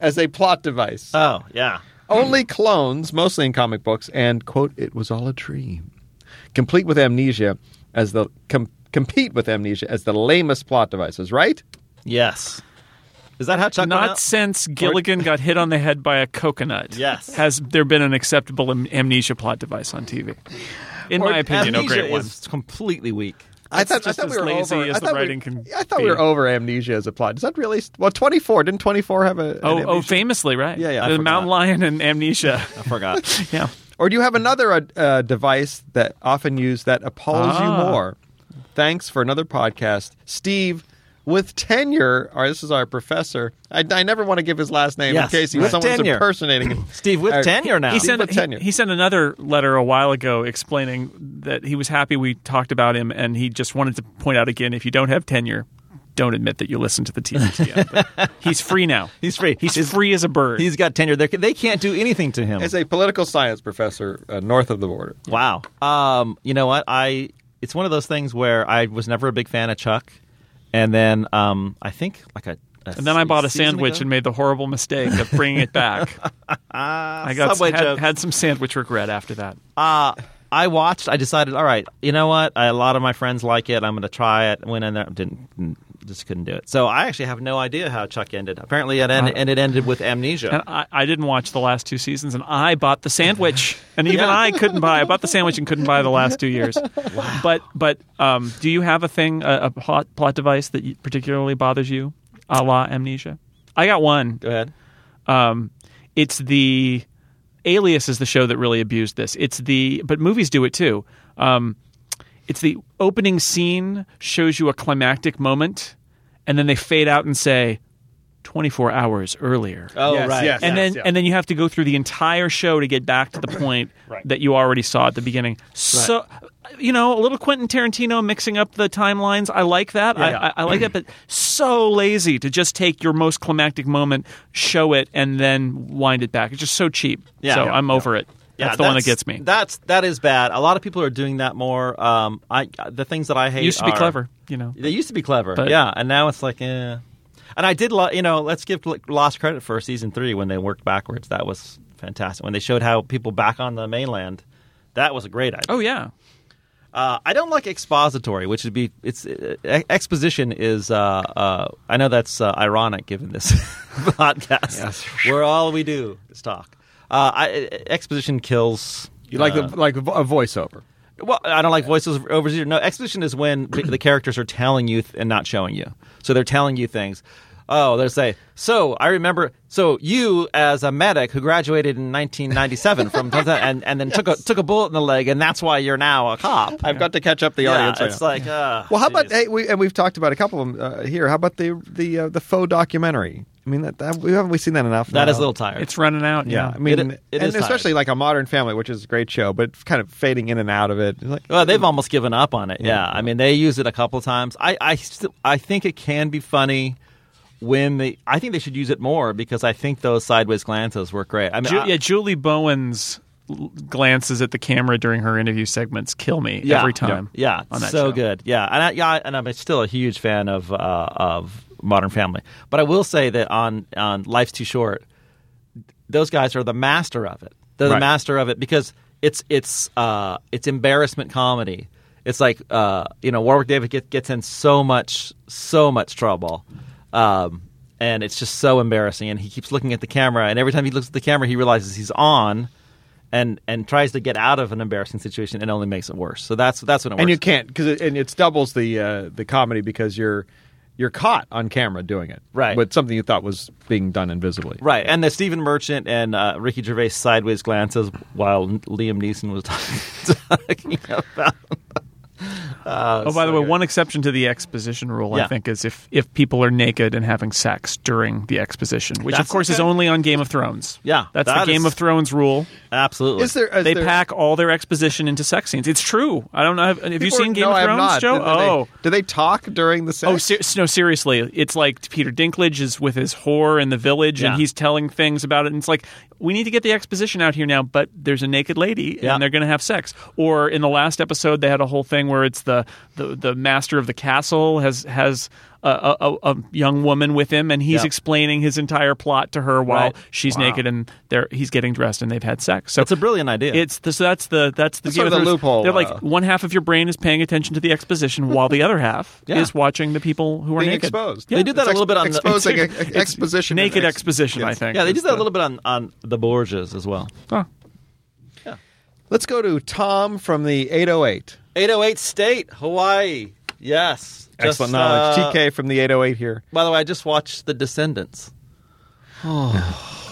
as a plot device. Oh, yeah. Only clones, mostly in comic books, and quote, "It was all a dream." Complete with amnesia as the com- compete with amnesia as the lamest plot devices, right? Yes. Is that how Chuck went Not out? since Gilligan got hit on the head by a coconut. Yes. Has there been an acceptable am- amnesia plot device on TV? In my opinion, no Amnesia great one. is completely weak. I It's just as lazy as I the thought writing we, can I thought we be. were over amnesia as a plot. Is that really? Well, twenty four didn't twenty four have a? an Oh, oh, amnesia? famously, right? Yeah, yeah, I The forgot. Mountain Lion and Amnesia. I forgot. yeah. Or do you have another uh, uh, device that often used that appalls Ah. you more? Thanks for another podcast, Steve. With tenure, or this is our professor. I, I never want to give his last name Yes, in case he, with someone's tenure. impersonating him. Steve with Uh, tenure now. He said- sent, People he, tenure. he sent another letter a while ago explaining that he was happy we talked about him and he just wanted to point out again if you don't have tenure, don't admit that you listen to the TVTM. But he's free now. He's free. He's, free as a bird. He's got tenure. They they can't do anything to him. As a political science professor uh, north of the border. wow. Um, you know what? I it's one of those things where I was never a big fan of Chuck, and then um, I think like a, a and then I bought a season sandwich ago? and made the horrible mistake of bringing it back. I got Ah, Subway had, jokes. had some sandwich regret after that. uh, I watched. I decided, all right, you know what? I, a lot of my friends like it. I'm going to try it. Went in there, didn't, didn't- just couldn't do it. So I actually have no idea how Chuck ended. Apparently, it ended, and it ended with amnesia. Uh, And I, I didn't watch the last two seasons, and I bought the sandwich, and even Yeah. I couldn't buy. I bought the sandwich and couldn't buy the last two years. But but um, do you have a thing, a, a plot plot device that you- particularly bothers you, a la amnesia? I got one. go ahead. Um, it's the Alias is the show that really abused this. It's the but movies do it too. Um, it's the opening scene shows you a climactic moment, and then they fade out and say. 24 hours earlier. Oh, Yes, right. yes. and then yeah. and then you have to go through the entire show to get back to the point Right. that you already saw at the beginning. So you know, a little Quentin Tarantino mixing up the timelines. I like that. I, Yeah. I, I like that, but so lazy to just take your most climactic moment, show it, and then wind it back. It's just so cheap. Yeah. so Yeah. I'm over it. Yeah, that's the one that gets me. That's that is bad. A lot of people are doing that more. Um, I the things that I hate It used to be are- clever, you know. They used to be clever, But- yeah, and now it's like, eh. And I did, lo- you know, let's give like, Lost credit for season three when they worked backwards. That was fantastic. When they showed how people back on the mainland, that was a great idea. Oh yeah, Uh, I don't like expository, which would be it's uh, e- exposition is. Uh, uh, I know that's uh, ironic given this podcast, where all we do is talk. Uh, I, e- exposition kills. You like uh, the like a vo- a voiceover. well, I don't like voices overs either. No, exposition is when b- the characters are telling you th- and not showing you. So they're telling you things. Oh, they'll say, "So I remember. So you, as a medic who graduated in 1997 from and and then took a took a bullet in the leg, and that's why you're now a cop." I've got to catch up the yeah, audience. right it's now. like, uh, well, how about geez. hey, we, and we've talked about a couple of them uh, here. How about the the uh, the faux documentary? I mean, that, that we haven't we seen that enough. That now? is a little tired. it's running out. Yeah, Yeah, I mean, It- it and is tired. especially like a Modern Family, which is a great show, but kind of fading in and out of it. Like, oh, well, they've almost given up on it. Yeah, I mean, they use it a couple of times. I I, still, I think it can be funny when they. I think they should use it more because I think those sideways glances work great. I mean, Ju- I- yeah. Julie Bowen's l- glances at the camera during her interview segments kill me Yeah. every time. Yeah, on that so show. good. Yeah, and I, yeah, and I'm still a huge fan of uh, of Modern Family. But I will say that on on Life's Too Short, those guys are the master of it. They're the Right. master of it because it's it's uh, it's embarrassment comedy. It's like uh, you know Warwick David get, gets in so much so much trouble, um, and it's just so embarrassing. And he keeps looking at the camera, and every time he looks at the camera, he realizes he's on. And, and tries to get out of an embarrassing situation and only makes it worse. So that's that's when it works. and you can't because it, and it's doubles the uh, the comedy because you're you're caught on camera doing it Right. with something you thought was being done invisibly Right, and the Stephen Merchant and uh, Ricky Gervais sideways glances while Liam Neeson was talking about. Oh, by the way, one exception to the exposition rule, Yeah. I think, is if, if people are naked and having sex during the exposition, which That's of course is okay. only on Game of Thrones. Yeah, that's that the Game is- of Thrones rule. Absolutely. is there? Is they there, pack all their exposition into sex scenes. It's true. I don't know. Have, have you people- seen Game no, of I have Thrones, not. Joe? Do, do oh. they, do they talk during the sex? Oh ser- no! Seriously, it's like Peter Dinklage is with his whore in the village, Yeah. and he's telling things about it. And it's like we need to get the exposition out here now. But there's a naked lady, Yeah. and they're going to have sex. Or in the last episode, they had a whole thing where it's the the, the master of the castle has has. A, a, a- a young woman with him, and he's Yeah. explaining his entire plot to her while Right. she's naked and they're, he's getting dressed and they've had sex. So It's a brilliant idea. it's the, so that's the that's the, That's sort of the Thrones- loophole, They're uh, like one half of your brain is paying attention to the exposition, while the other half Yeah. is watching the people who are being naked. exposed. They do that It's a little bit on the- exposing the, it's- exposition. and Naked ex- exposition, I yes. think. yeah, they is do that a the- little bit on, on the Borgias as well. Huh. Let's go to Tom from the 808. 808 State, Hawaii. Yes. Just, Excellent knowledge. uh, TK from the 808 here. By the way, I just watched The Descendants. Thumbs,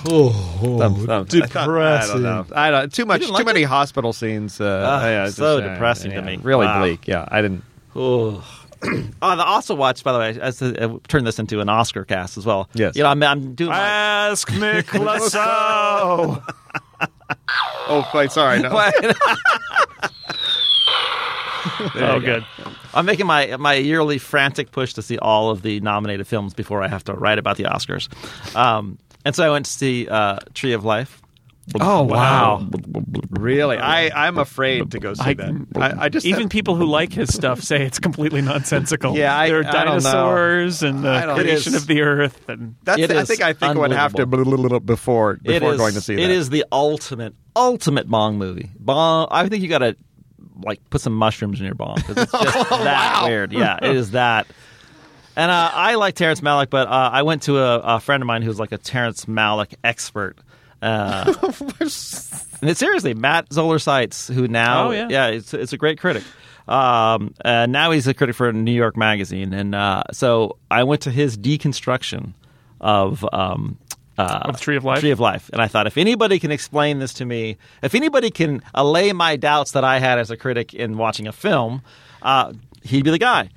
thumbs. Depressing. I don't too much didn't too like many hospital scenes. Uh, yeah, it's so just, uh, depressing to yeah, me. Really Wow. bleak. Yeah, I didn't. Oh. oh, and I also watched, by the way, I, I, I turned this into an Oscar cast as well. Yes. You know, I'm, I'm doing my, Ask Nick Lasso. Oh, wait, sorry. No. oh, good. I'm making my my yearly frantic push to see all of the nominated films before I have to write about the Oscars. Um, and so I went to see uh, Tree of Life. Oh wow! Really, I I'm afraid to go see I- that. I, I just Even people who like his stuff say it's completely nonsensical. Yeah, I- there I are don't know. dinosaurs and I the don't- it creation is- of the earth, and that's It I is think I think I would have to bl- bl- bl- before It before is- going to see that. It is the ultimate ultimate bong movie. Bong. I think you got to like put some mushrooms in your bong 'cause it's just that weird. Yeah, it is that. And uh, I like Terrence Malick, but uh, I went to a, a friend of mine who's like a Terrence Malick expert. Uh, and seriously, Matt Zoller Seitz, who now, Oh, yeah. it's, it's a great critic. Um, uh, now he's a critic for New York Magazine, and uh, so I went to his deconstruction of um, uh, Of Tree of Life? Tree of Life. And I thought, if anybody can explain this to me, if anybody can allay my doubts that I had as a critic in watching a film, uh, he'd be the guy.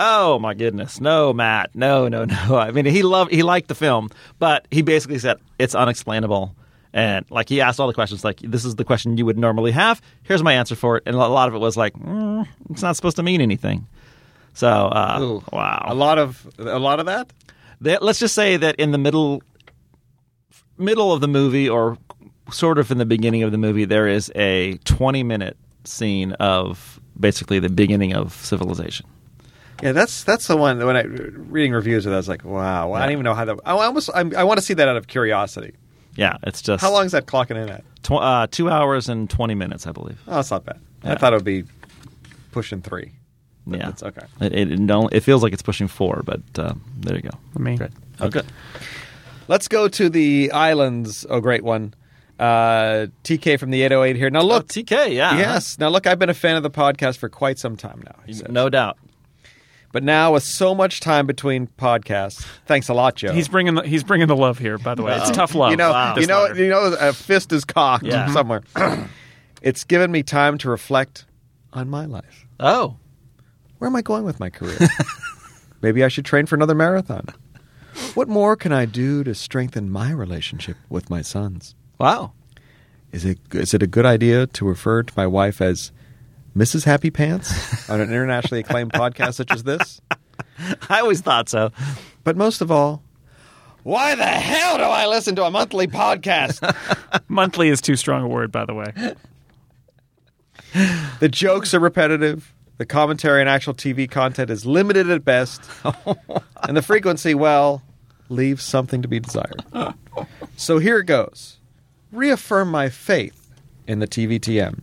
Oh my goodness, no, Matt, no, no, no. I mean, he loved, he liked the film, but he basically said it's unexplainable. And like he asked all the questions, like this is the question you would normally have. Here's my answer for it, and a lot of it was like, mm, it's not supposed to mean anything. So, uh, wow, A lot of a lot of that. that, let's just say that in the middle middle of the movie or sort of in the beginning of the movie there is a 20 minute scene of basically the beginning of civilization Yeah, that's that's the one that when I reading reviews of that, I was like, wow, I don't even know how that. I almost I'm, I want to see that out of curiosity. yeah it's just How long is that clocking in at? tw- uh, two hours and 20 minutes i believe Oh, it's not bad. I Yeah. thought it would be pushing three. But yeah it's okay. it, it, it, don't- it feels like it's pushing four but uh, there you go I mean, Great. okay Let's go to the islands. Oh, great one. Uh, TK from the 808 here. Now look, tk Oh, yeah yes. Now look, I've been a fan of the podcast for quite some time now. he says. Uh-huh. no doubt But now with so much time between podcasts, thanks a lot, Joe. he's bringing the, he's bringing the love here. By the way, it's tough love. you know, wow. you know, This letter. you know, a fist is cocked Yeah. somewhere. it's given me time to reflect on my life. oh Where am I going with my career? Maybe I should train for another marathon. What more can I do to strengthen my relationship with my sons? wow Is it is it a good idea to refer to my wife as Mrs. Happy Pants on an internationally acclaimed podcast such as this? i always thought so But most of all, why the hell do I listen to a monthly podcast? monthly is too strong a word. By the way, the jokes are repetitive. The commentary and actual TV content is limited at best. and the frequency, well, leaves something to be desired. So here it goes. Reaffirm my faith in the TVTM.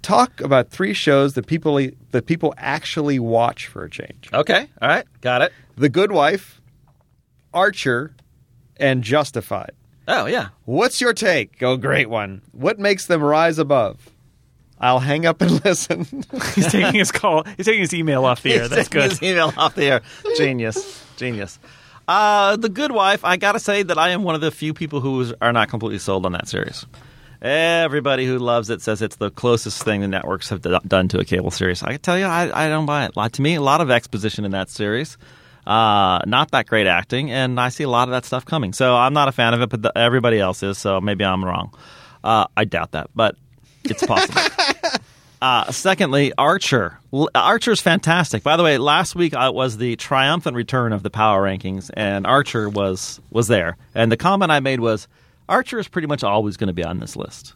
Talk about three shows that people that people actually watch for a change. okay all right got it The Good Wife, Archer, and Justified. oh yeah What's your take? Oh, great one. What makes them rise above? I'll hang up and listen. he's taking his call. He's taking his email off the air. He's That's taking good. His email off the air. Genius. Genius. Uh, the Good Wife. I gotta say that I am one of the few people who is, are not completely sold on that series. Everybody who loves it says it's the closest thing the networks have d- done to a cable series. I can tell you, I, I don't buy it. Lot to me, a lot of exposition in that series. Uh, not that great acting, and I see a lot of that stuff coming. So I'm not a fan of it, but the, everybody else is. So maybe I'm wrong. Uh, I doubt that, but it's possible. Uh, secondly, Archer. L- Archer's fantastic. By the way, last week uh, was the triumphant return of the power rankings, and Archer was was there. And the comment I made was, Archer is pretty much always going to be on this list.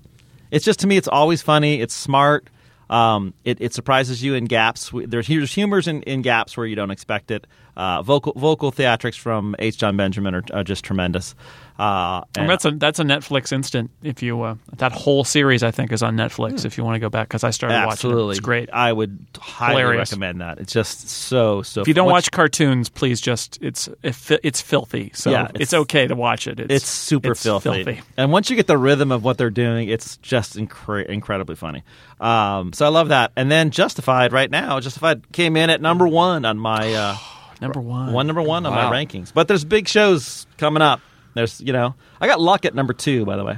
It's just to me, it's always funny. It's smart. Um, it, it surprises you in gaps. W- There's, hu- there's humors in, in gaps where you don't expect it. Uh, vocal vocal theatrics from H. John Benjamin are, are just tremendous. Uh, And and- that's a that's a Netflix instant. If you uh, that whole series, I think, is on Netflix. If you want to go back, because I started watching it. absolutely It's great. Uh, I would highly Hilarious. recommend that. It's just so so. if you don't much- watch cartoons, please just it's it fi- it's filthy. So Yeah, it's, it's- okay to watch it. It's, It's super it's filthy. And once you get the rhythm of what they're doing, it's just incre- incredibly funny. Um, so I love that. And then Justified right now, Justified came in at number one on my uh, Number one. one number one on my rankings. But there's big shows coming up. There's you know I got Luck at number two by the way.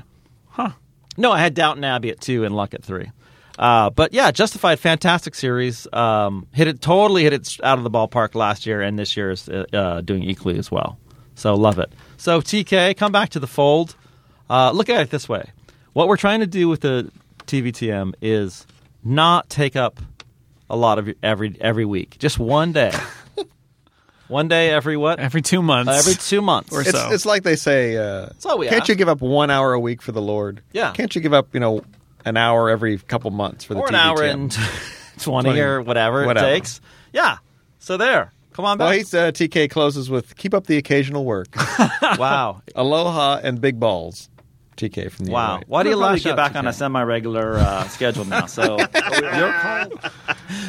Huh. No, I had Downton Abbey at two and Luck at three. Uh, but yeah, Justified, fantastic series. Um, hit it totally hit it out of the ballpark last year, and this year is uh, uh, doing equally as well. So love it. So TK, come back to the fold. Uh, look at it this way: what we're trying to do with the TVTM is not take up a lot of your- every every week. Just one day, one day every what? Every two months. Every two months. Or It's, so. it's like they say, uh, all we can't ask. you give up one hour a week for the Lord? Yeah. Can't you give up, you know, an hour every couple months for the or an TV hour TM? and 20, or whatever, Whatever. it takes. Yeah. So there. Come on Well, back. he's, uh, TK closes with keep up the occasional work. wow. Aloha and big balls. TK from the Wow. 808. Why do you allow Probably us to get shots back you on can. a semi regular uh, schedule now? So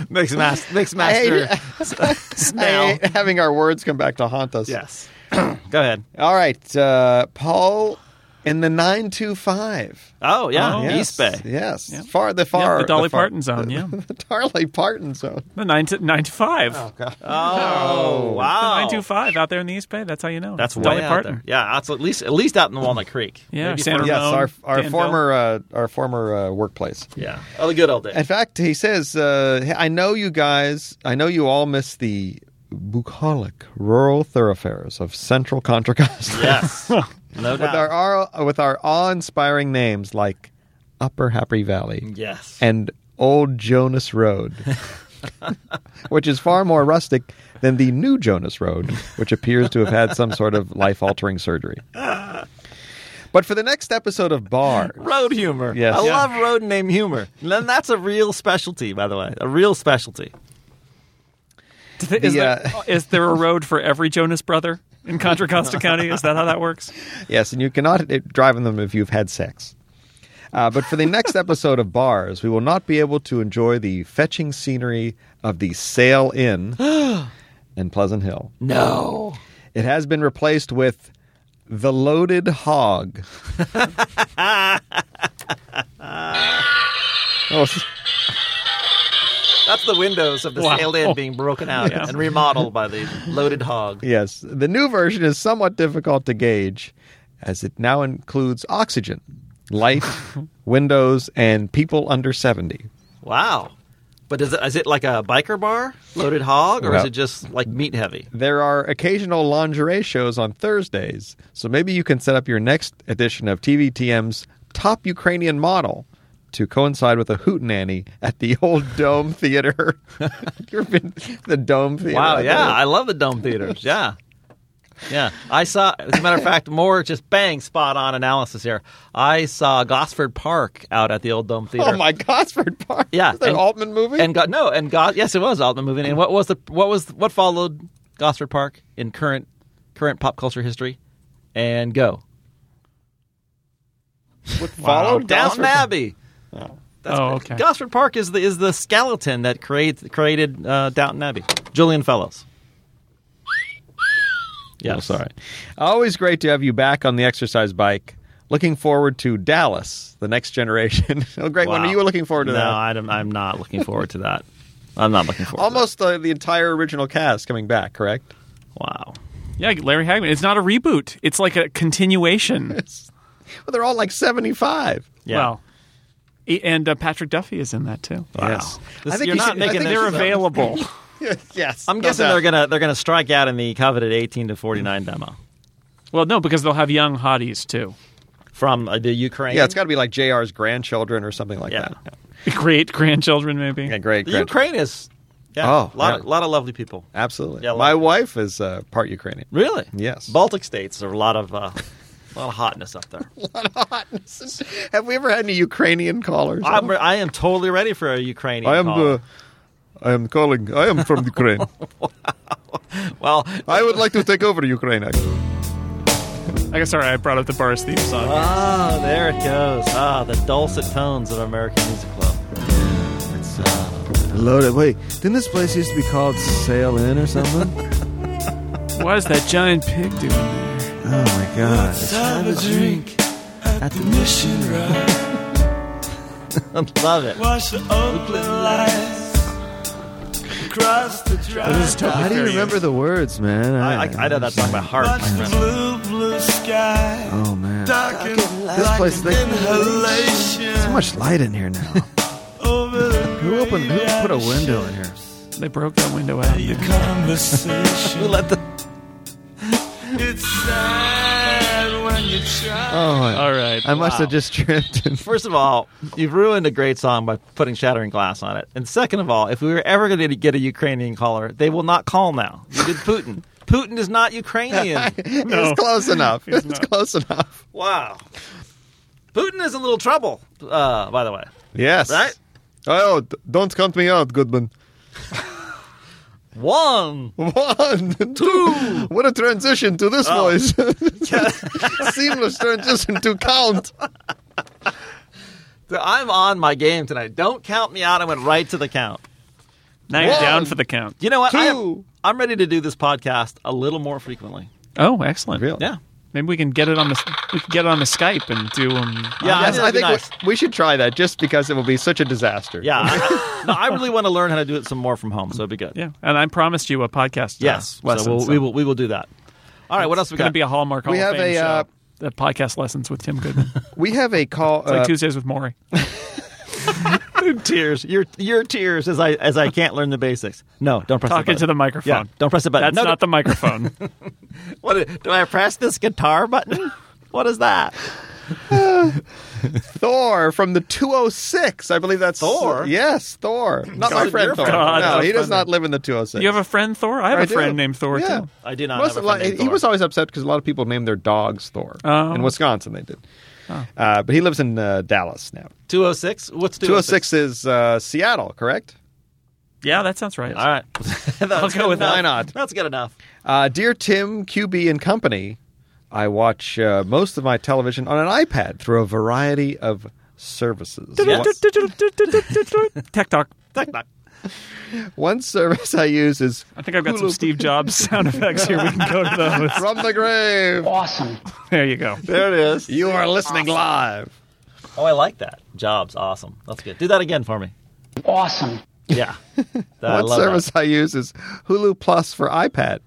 Mix master, mix I I Snell. hate having our words come back to haunt us. Yes. Go ahead. All right. Uh, Paul in the 925. Oh yeah, Oh. Yes, East Bay. Yes. Yeah. Far the far Yeah, the Dolly far- Parton zone, yeah. the Dolly Parton zone. The nine to nine to five. Oh wow, Nine two five out there in the East Bay. That's how you know. That's Dolly way out Parton. there. Yeah, that's at least at least out in the Walnut Creek. Yeah, Maybe Santa further- Ramon. uh, Yes, our our Danville. former uh, our former uh, workplace. yeah. Oh, the good old In days. fact, he says, uh, I know you guys, I know you all miss the bucolic rural thoroughfares of central Contra Costa. Yes, no with, our, doubt. our- with our awe inspiring names like Upper Happy Valley Yes, and Old Jonas Road, which is far more rustic than the new Jonas Road, which appears to have had some sort of life altering surgery. But for the next episode of Bar, road humor. Yes. I Yeah. love road name humor. And then that's a real specialty, by the way. A real specialty. Is, The, there- uh, is there a road for every Jonas brother in Contra Costa County? Is that how that works? Yes, and you cannot uh, drive on them if you've had sex. Uh, but for the next episode of Bars, we will not be able to enjoy the fetching scenery of the Sail Inn in Pleasant Hill. No. It has been replaced with the Loaded Hog. oh, s- That's the windows of the Wow. sailed in being broken out Yeah. and remodeled by the loaded hog. yes, the new version is somewhat difficult to gauge, as it now includes oxygen, light, windows, and people under seventy. Wow. But is it, is it like a biker bar, loaded hog, or is Well- it just like meat heavy? There are occasional lingerie shows on Thursdays, so maybe you can set up your next edition of TVTM's Top Ukrainian Model to coincide with a hootenanny at the old Dome Theater. You've been to the Dome Theater. Wow, yeah, I love the dome theaters. Yeah, yeah. I saw, as a matter of fact, more just bang spot on analysis here. I saw Gosford Park out at the old dome theater. Oh my Gosford Park! Yeah, is that an and- Altman movie? And got no, and got yes, it was Altman movie. And what was the what was what followed Gosford Park in current current pop culture history? And go followed Oh, Downton Abbey. That's Oh, okay. Gosford Park is the is the skeleton that creates created uh, Downton Abbey. Julian Fellows. Yeah, sorry. Always great to have you back on the exercise bike. Looking forward to Dallas, the next generation. oh, great one! Wow. You were looking forward to no, that. I'm, I'm not looking forward to that. I'm not looking forward. Almost uh, the entire original cast coming back, correct? To that. Wow. Yeah, Larry Hagman. It's not a reboot. It's like a continuation. Well, they're all like seventy-five. Yeah. Well, e- and uh, Patrick Duffy is in that too. Wow. Yes. This- I think you're you not should- I making think this They're up. available. yes. I'm guessing they're gonna they're gonna strike out in the coveted 18 to 49 demo well, no, because they'll have young hotties too. from uh, the Ukraine. Yeah, it's got to be like JR's grandchildren or something like yeah. that. Great grandchildren, maybe. Yeah, great, The great. Ukraine is yeah, Oh, a lot, yeah. lot of lovely people. Absolutely. Yeah, My like- wife is uh, part Ukrainian. Really? Yes. Baltic states are a lot of uh, a lot of hotness up there. Have we ever had any Ukrainian callers? I'm, re- I am totally ready for a Ukrainian. I am call. the. I am calling. I am from Ukraine. well. I would like to take over Ukraine. Actually. I guess sorry, I brought up the Bars theme song. Ah, there it goes. Ah, the dulcet tones of American Music Club. It's uh, Loaded. Wait, didn't this place used to be called Sail In or something? Why is that giant pig doing? that? oh my god. It's time to drink. love it. This is totally How do fair you use. remember the words, man? I, I, I know that song by heart. my friend. Oh man. This place they, so much light in here now. who opened who put a window in here? They broke that window out. Who let the Oh I, All right. I must wow. have just tripped and First of all, you've ruined a great song by putting Shattering Glass on it. And second of all, if we were ever going to get a Ukrainian caller, they will not call now. You did Putin. Putin is not Ukrainian. It's close enough. It's, not. close enough. wow. Putin is in a little trouble, uh, by the way. Yes. Right? Oh, d- don't count me out, Goodman. One. One, two. What a transition to Oh. this voice. Seamless transition to count. I'm on my game tonight. Don't count me out. I went right to the count. Now you're One. down for the count. You know what? I am, Two. I'm ready to do this podcast a little more frequently. Oh, excellent. Really? Yeah. Maybe we can get it on the we can get it on the Skype and do um. Yeah, Yes, I that'd be think we- nice. we, should try that just because it will be such a disaster. Yeah, I, no, I really want to learn how to do it some more from home, so it'd be good. Yeah, and I promised you a podcast. uh, Yes, lesson, so we'll, so we will we will do that. All right, what else we It's going to got? be a hallmark. Hall We of have Fame a, show. uh, The podcast lessons with Tim Goodman. It's We have a call. like uh, Tuesdays with Maury. tears, your your tears as I as I can't learn the basics. No, don't press Talking to the the button. microphone. Yeah, don't press the button. That's No, not the microphone. What, do I press this guitar button? What is that? Thor from the 206. I believe that's Thor? Yes, Thor. Not my God, friend your Thor. God, no, our he does friend. not live in the 206. You have a friend Thor? I have a I do. friend named Thor Yeah. too. I do not. Most have of- a friend named he Thor. was always upset because a lot of people named their dogs Thor. Oh. In Wisconsin, they did. Uh, but he lives in uh, Dallas now. 206. What's 206 is uh, Seattle, correct? Yeah, that sounds oh right. All right. I'll go with that. Why not? That's good enough. Uh, Dear Tim, QB, and company, I watch uh, most of my television on an iPad through a variety of services. One- Tech talk. One service I use is I think I've got some Hulu. Steve Jobs sound effects here. We can go to those. From the Grave. There you go. There it is. You are listening live. Oh, I like that. Jobs, awesome. That's good. Do that again for me. Awesome. Yeah. I One love service that. I use is Hulu Plus for iPad.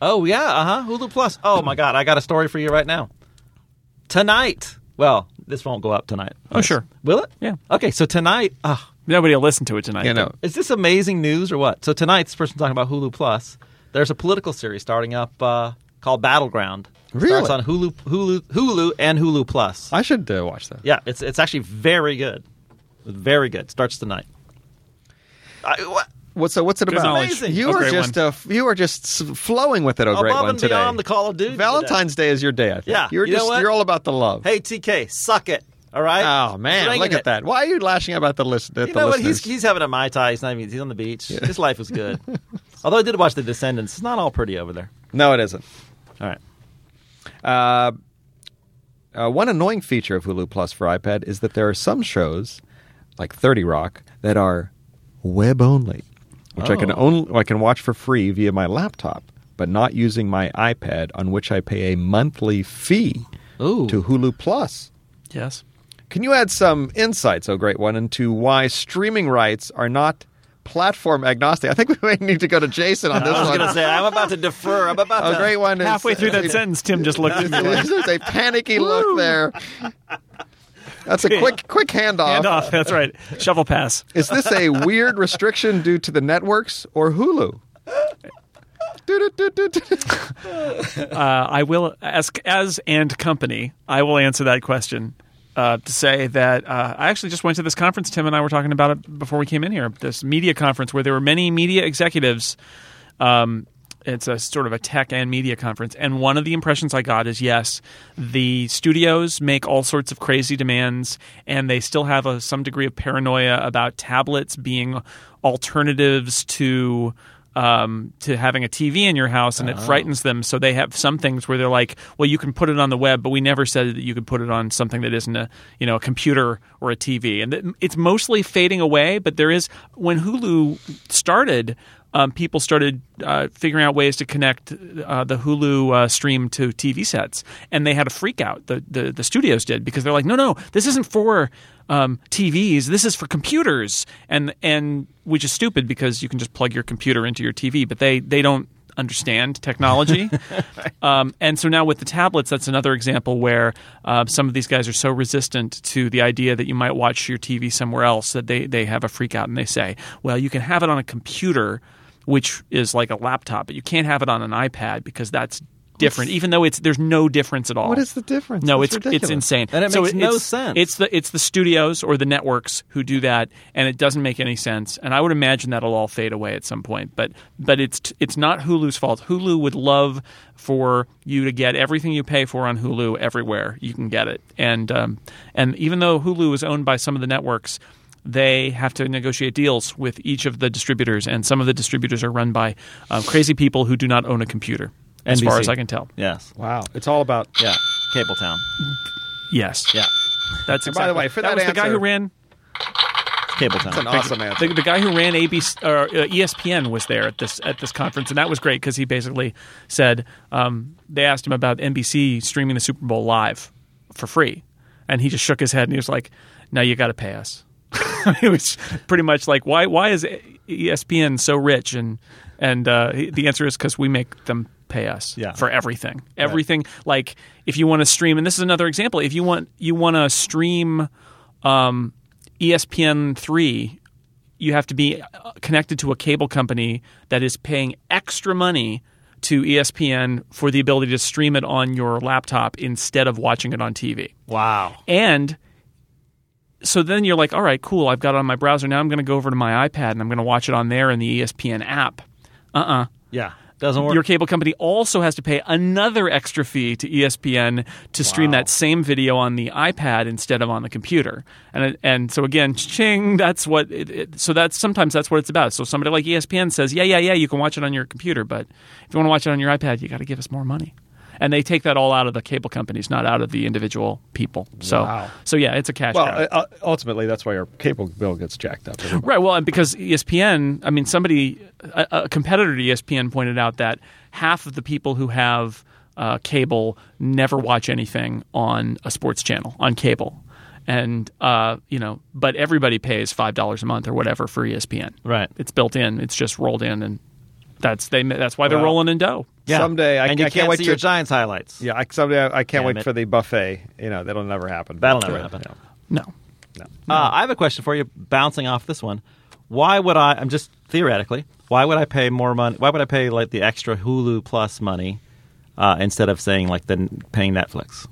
Oh yeah. Uh huh. Hulu Plus. Oh my God. I got a story for you right now. Tonight. Well, this won't go up tonight. Oh, sure. Will it? Yeah. Okay. So tonight. ah, Nobody will listen to it tonight. You know, Is this amazing news or what? So tonight, this person talking about Hulu Plus. There's a political series starting up uh, called Battleground. Really? Starts on Hulu, Hulu, Hulu, and Hulu Plus. I should uh, watch that. Yeah, it's it's actually very good, very good. Starts tonight. I, what? What, so what's it Good about? knowledge. Amazing. You That's a are great just uh, f- you are just s- flowing with it. A great Above one and today. beyond the Call of Duty. today. Valentine's Day is your day. I think. Yeah. you're You know just what? you're all about the love. Hey TK, suck it. All right. oh man, Bringing look at it. that. Why are you lashing about the list? At You the know what? listeners? He's he's having a mai tai. He's not even. He's on the beach. His life is good. Although I did watch The Descendants. It's not all pretty over there. No, it isn't. All right. Uh, uh, one annoying feature of Hulu Plus for iPad is that there are some shows, like Thirty Rock, that are web only, which I can Oh. only I can watch for free via my laptop, but not using my iPad, on which I pay a monthly fee Ooh. to Hulu Plus. Yes. Can you add some insights, oh great one, into why streaming rights are not platform agnostic? I think we may need to go to Jason on this I was uh, one. going to say I'm about to defer. I'm about oh to. great one is Halfway through that sentence, Tim just looked at me like, There's a panicky look there. That's a quick quick handoff. hand off. That's right. Shovel pass. Is this a weird restriction due to the networks or Hulu? Do-do-do-do-do. Uh, I will, as, as and company, I will answer that question uh, to say that uh, I actually just went to this conference. Tim and I were talking about it before we came in here. This media conference where there were many media executives. Um, it's a sort of a tech and media conference, and one of the impressions I got is yes, the studios make all sorts of crazy demands, and they still have a, some degree of paranoia about tablets being alternatives to um, to having a TV in your house, and it frightens them. So they have some things where they're like, "Well, you can put it on the web, but we never said that you could put it on something that isn't a you know a computer or a TV." And that- it's mostly fading away, but there is when Hulu started. Um, people started uh, figuring out ways to connect uh, the Hulu uh, stream to TV sets, and they had a freak out. The, the the studios did because they're like, no, no, this isn't for um, TVs. This is for computers, and and which is stupid because you can just plug your computer into your TV, but they they don't understand technology. um, and so now with the tablets, that's another example where uh, some of these guys are so resistant to the idea that you might watch your TV somewhere else that they, they have a freak out and they say, well, you can have it on a computer, which is like a laptop, but you can't have it on an iPad because that's different, even though it's there's no difference at all. What is the difference? No, That's it's it's ridiculous. insane. And it so makes no it's- sense. It's the it's the studios or the networks who do that, and it doesn't make any sense. And I would imagine that'll all fade away at some point. But but it's it's not Hulu's fault. Hulu would love for you to get everything you pay for on Hulu everywhere you can get it. And um, and even though Hulu is owned by some of the networks. They have to negotiate deals with each of the distributors, and some of the distributors are run by um, crazy people who do not own a computer, as far NBC. as I can tell. Yes. Wow, it's all about Yeah. Cable Town. Yes, Yeah. that's by exactly. the way, for that, that was the guy answer- who ran Cable time. An awesome answer. The, the guy who ran ABC or uh, ESPN was there at this at this conference, and that was great because he basically said um, they asked him about NBC streaming the Super Bowl live for free, and he just shook his head and he was like, "No, you got to pay us." it was pretty much like, "Why? Why is E ESPN so rich?" And and uh, he- the answer is because we make them pay us Yeah. for everything. Everything like if you want to stream, and this is another example. If you want you want to stream um, ESPN three, you have to be uh, connected to a cable company that is paying extra money to E ESPN for the ability to stream it on your laptop instead of watching it on TV. Wow. And so then you're like, all right, cool. I've got it on my browser. Now I'm going to go over to my iPad and I'm going to watch it on there in the E ESPN app. Uh uh Yeah. Doesn't work. Your cable company also has to pay another extra fee to E ESPN to stream that same video on the iPad instead of on the computer. And it- and so again, ching. That's what. It, it, so that's sometimes that's what it's about. So somebody like E ESPN says, yeah, yeah, yeah, you can watch it on your computer, but if you want to watch it on your iPad, you got to give us more money. And they take that all out of the cable companies, not out of the individual people. So so yeah, it's a cash Well, cow. uh, uh, ultimately, that's why our cable bill gets jacked up. every month. Right. Well, and because E ESPN, I mean, somebody, a, a competitor to E ESPN pointed out that half of the people who have uh, cable never watch anything on a sports channel on cable, and uh, you know, but everybody pays five dollars a month or whatever for E ESPN. Right. It's built in. It's just rolled in, and that's they. That's why they're rolling in dough. Yeah. Someday, I- and you I can't wait see to- your Giants highlights. Yeah, I, someday I, I can't Damn wait it. for the buffet. You know, that'll never happen. That'll never happen. Yeah. No. Uh, I have a question for you, bouncing off this one. Why would I? I'm just theoretically. Why would I pay more money? Why would I pay like the extra Hulu Plus money uh, instead of saying like the paying Netflix?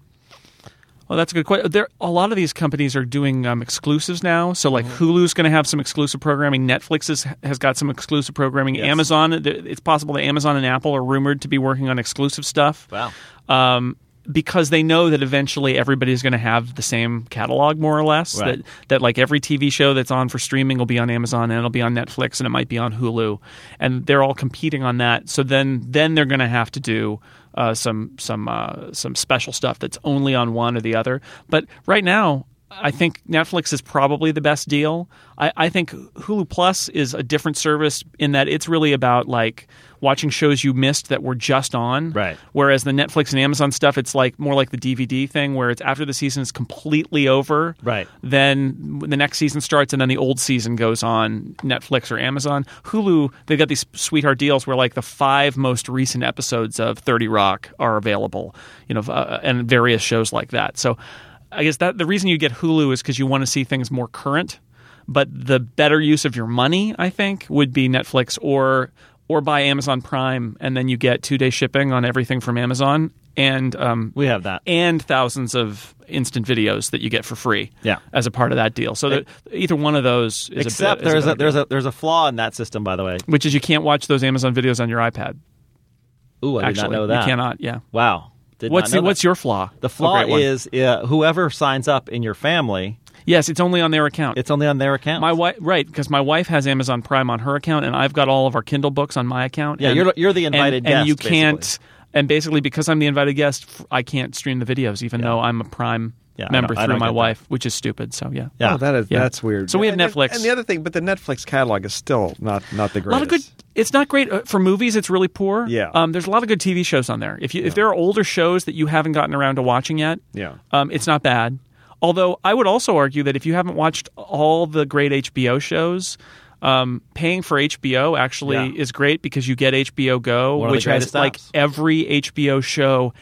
Well, Oh, that's a good question. There, a lot of these companies are doing um, exclusives now. So, like Hulu's going to have some exclusive programming. Netflix is, has got some exclusive programming. Amazon, th- it's possible that Amazon and Apple are rumored to be working on exclusive stuff Wow. um, because they know that eventually everybody's going to have the same catalog more or less. Right. That that like every TV show that's on for streaming will be on Amazon and it'll be on Netflix and it might be on Hulu, and they're all competing on that. So then then they're going to have to do. Uh, some some uh, some special stuff that's only on one or the other. But right now, I think Netflix is probably the best deal. I, I think Hulu Plus is a different service in that it's really about like watching shows you missed that were just on. Right. Whereas the Netflix and Amazon stuff, it's like more like the DVD thing, where it's after the season is completely over. Right. Then the next season starts, and then the old season goes on Netflix or Amazon. Hulu, they've got these sweetheart deals where like the five most recent episodes of Thirty Rock are available, you know, uh, and various shows like that. So, I guess that the reason you get Hulu is because you want to see things more current but the better use of your money, I think, would be Netflix or or buy Amazon Prime, and then you get two day shipping on everything from Amazon, and um, We have that. and thousands of instant videos that you get for free, Yeah. as a part of that deal. So that either one of those is Except a bit, is there's a, better there's deal. a there's a flaw in that system, by the way. which is you can't watch those Amazon videos on your iPad. Ooh, I actually, did not know that. you cannot. Yeah. Wow. Did What's not the, know what's that. your flaw? The Oh, flaw great one. is uh, whoever signs up in your family, yes, it's only on their account. it's only on their account. my wife, right? Because my wife has Amazon Prime on her account, and I've got all of our Kindle books on my account. Yeah, and- you're- you're the and- invited and, guest, you can't. basically. And basically, because I'm the invited guest, f- I can't stream the videos, even though I'm a Prime Yeah, I member don't- I through don't my get that. wife, which is stupid. So yeah, Yeah. Oh, that is Yeah. that's weird. So we have And the- Netflix. and the other thing, but the Netflix catalog is still not not a the lot greatest. of good. It's not great uh, for movies. It's really poor. Yeah. Um, there's a lot of good TV shows on there. If you if there are older shows that you haven't gotten around to watching yet, Yeah. um, it's not bad. Although I would also argue that if you haven't watched all the great HBO shows, um, paying for HBO actually Yeah. is great because you get HBO Go, One of the which has greatest like apps. every HBO show,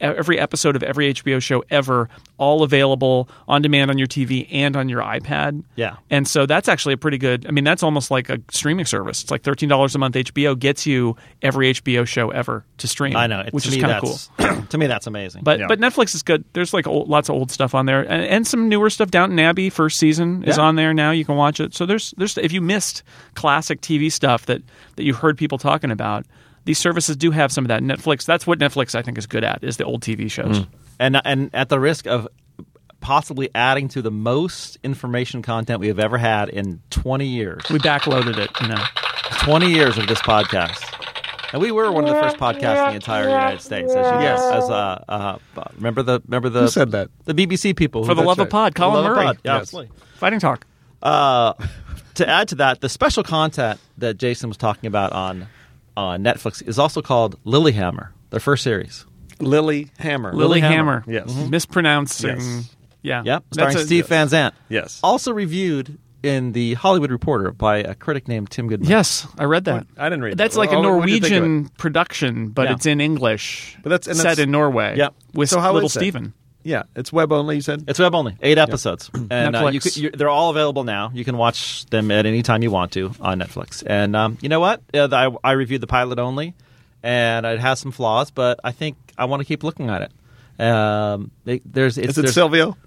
e, every episode of every HBO show ever, all available on demand on your TV and on your iPad. Yeah. And so that's actually a pretty good. I mean, that's almost like a streaming service. It's like thirteen dollars a month. HBO gets you every HBO show ever to stream. I know, it, which to is me kind of cool. that's- to me, that's amazing. But but Netflix is good. There's like old, lots of old stuff on there, and, and some newer stuff. Downton Abbey first season is on there now. You can watch it. So there's there's if you missed classic TV stuff that that you heard people talking about, these services do have some of that. Netflix. That's what Netflix I think is good at is the old TV shows. Mm. and and at the risk of possibly adding to the most information content we have ever had in 20 years We backloaded it. You know, 20 years of this podcast and we were one of the first podcasts in the entire United States. As you Yes. as, uh, uh, remember the remember the Who said that? the BBC people for the who- love of right. pod, For the Colin love of Murray, pod. Yeah, Yes. absolutely. fighting talk. Uh, to add to that, the special content that Jason was talking about on on Netflix is also called Lilyhammer, their first series. Lily Hammer. Lily Hammer. Mm-hmm. Yes. Mispronouncing. Yes. Yeah. Yep, That's starring a- Steve Van Zant. Yes. Also reviewed in the Hollywood Reporter by a critic named Tim Goodman. Yes, I read that. I didn't read That's that. like a Oh, what did you think of Norwegian production, but Yeah. it's in English. But that's- and set that's- in Norway. Yep. With So how little is it? Steven. Yeah, it's web only. You said It's web only, eight episodes, and uh, you Netflix. could, you they're all available now. You can watch them at any time you want to on Netflix. And um, you know what? Uh, I, I reviewed the pilot only, and it has some flaws, but I think I want to keep looking at it. Um, it- there's, it's, is it there's- Silvio?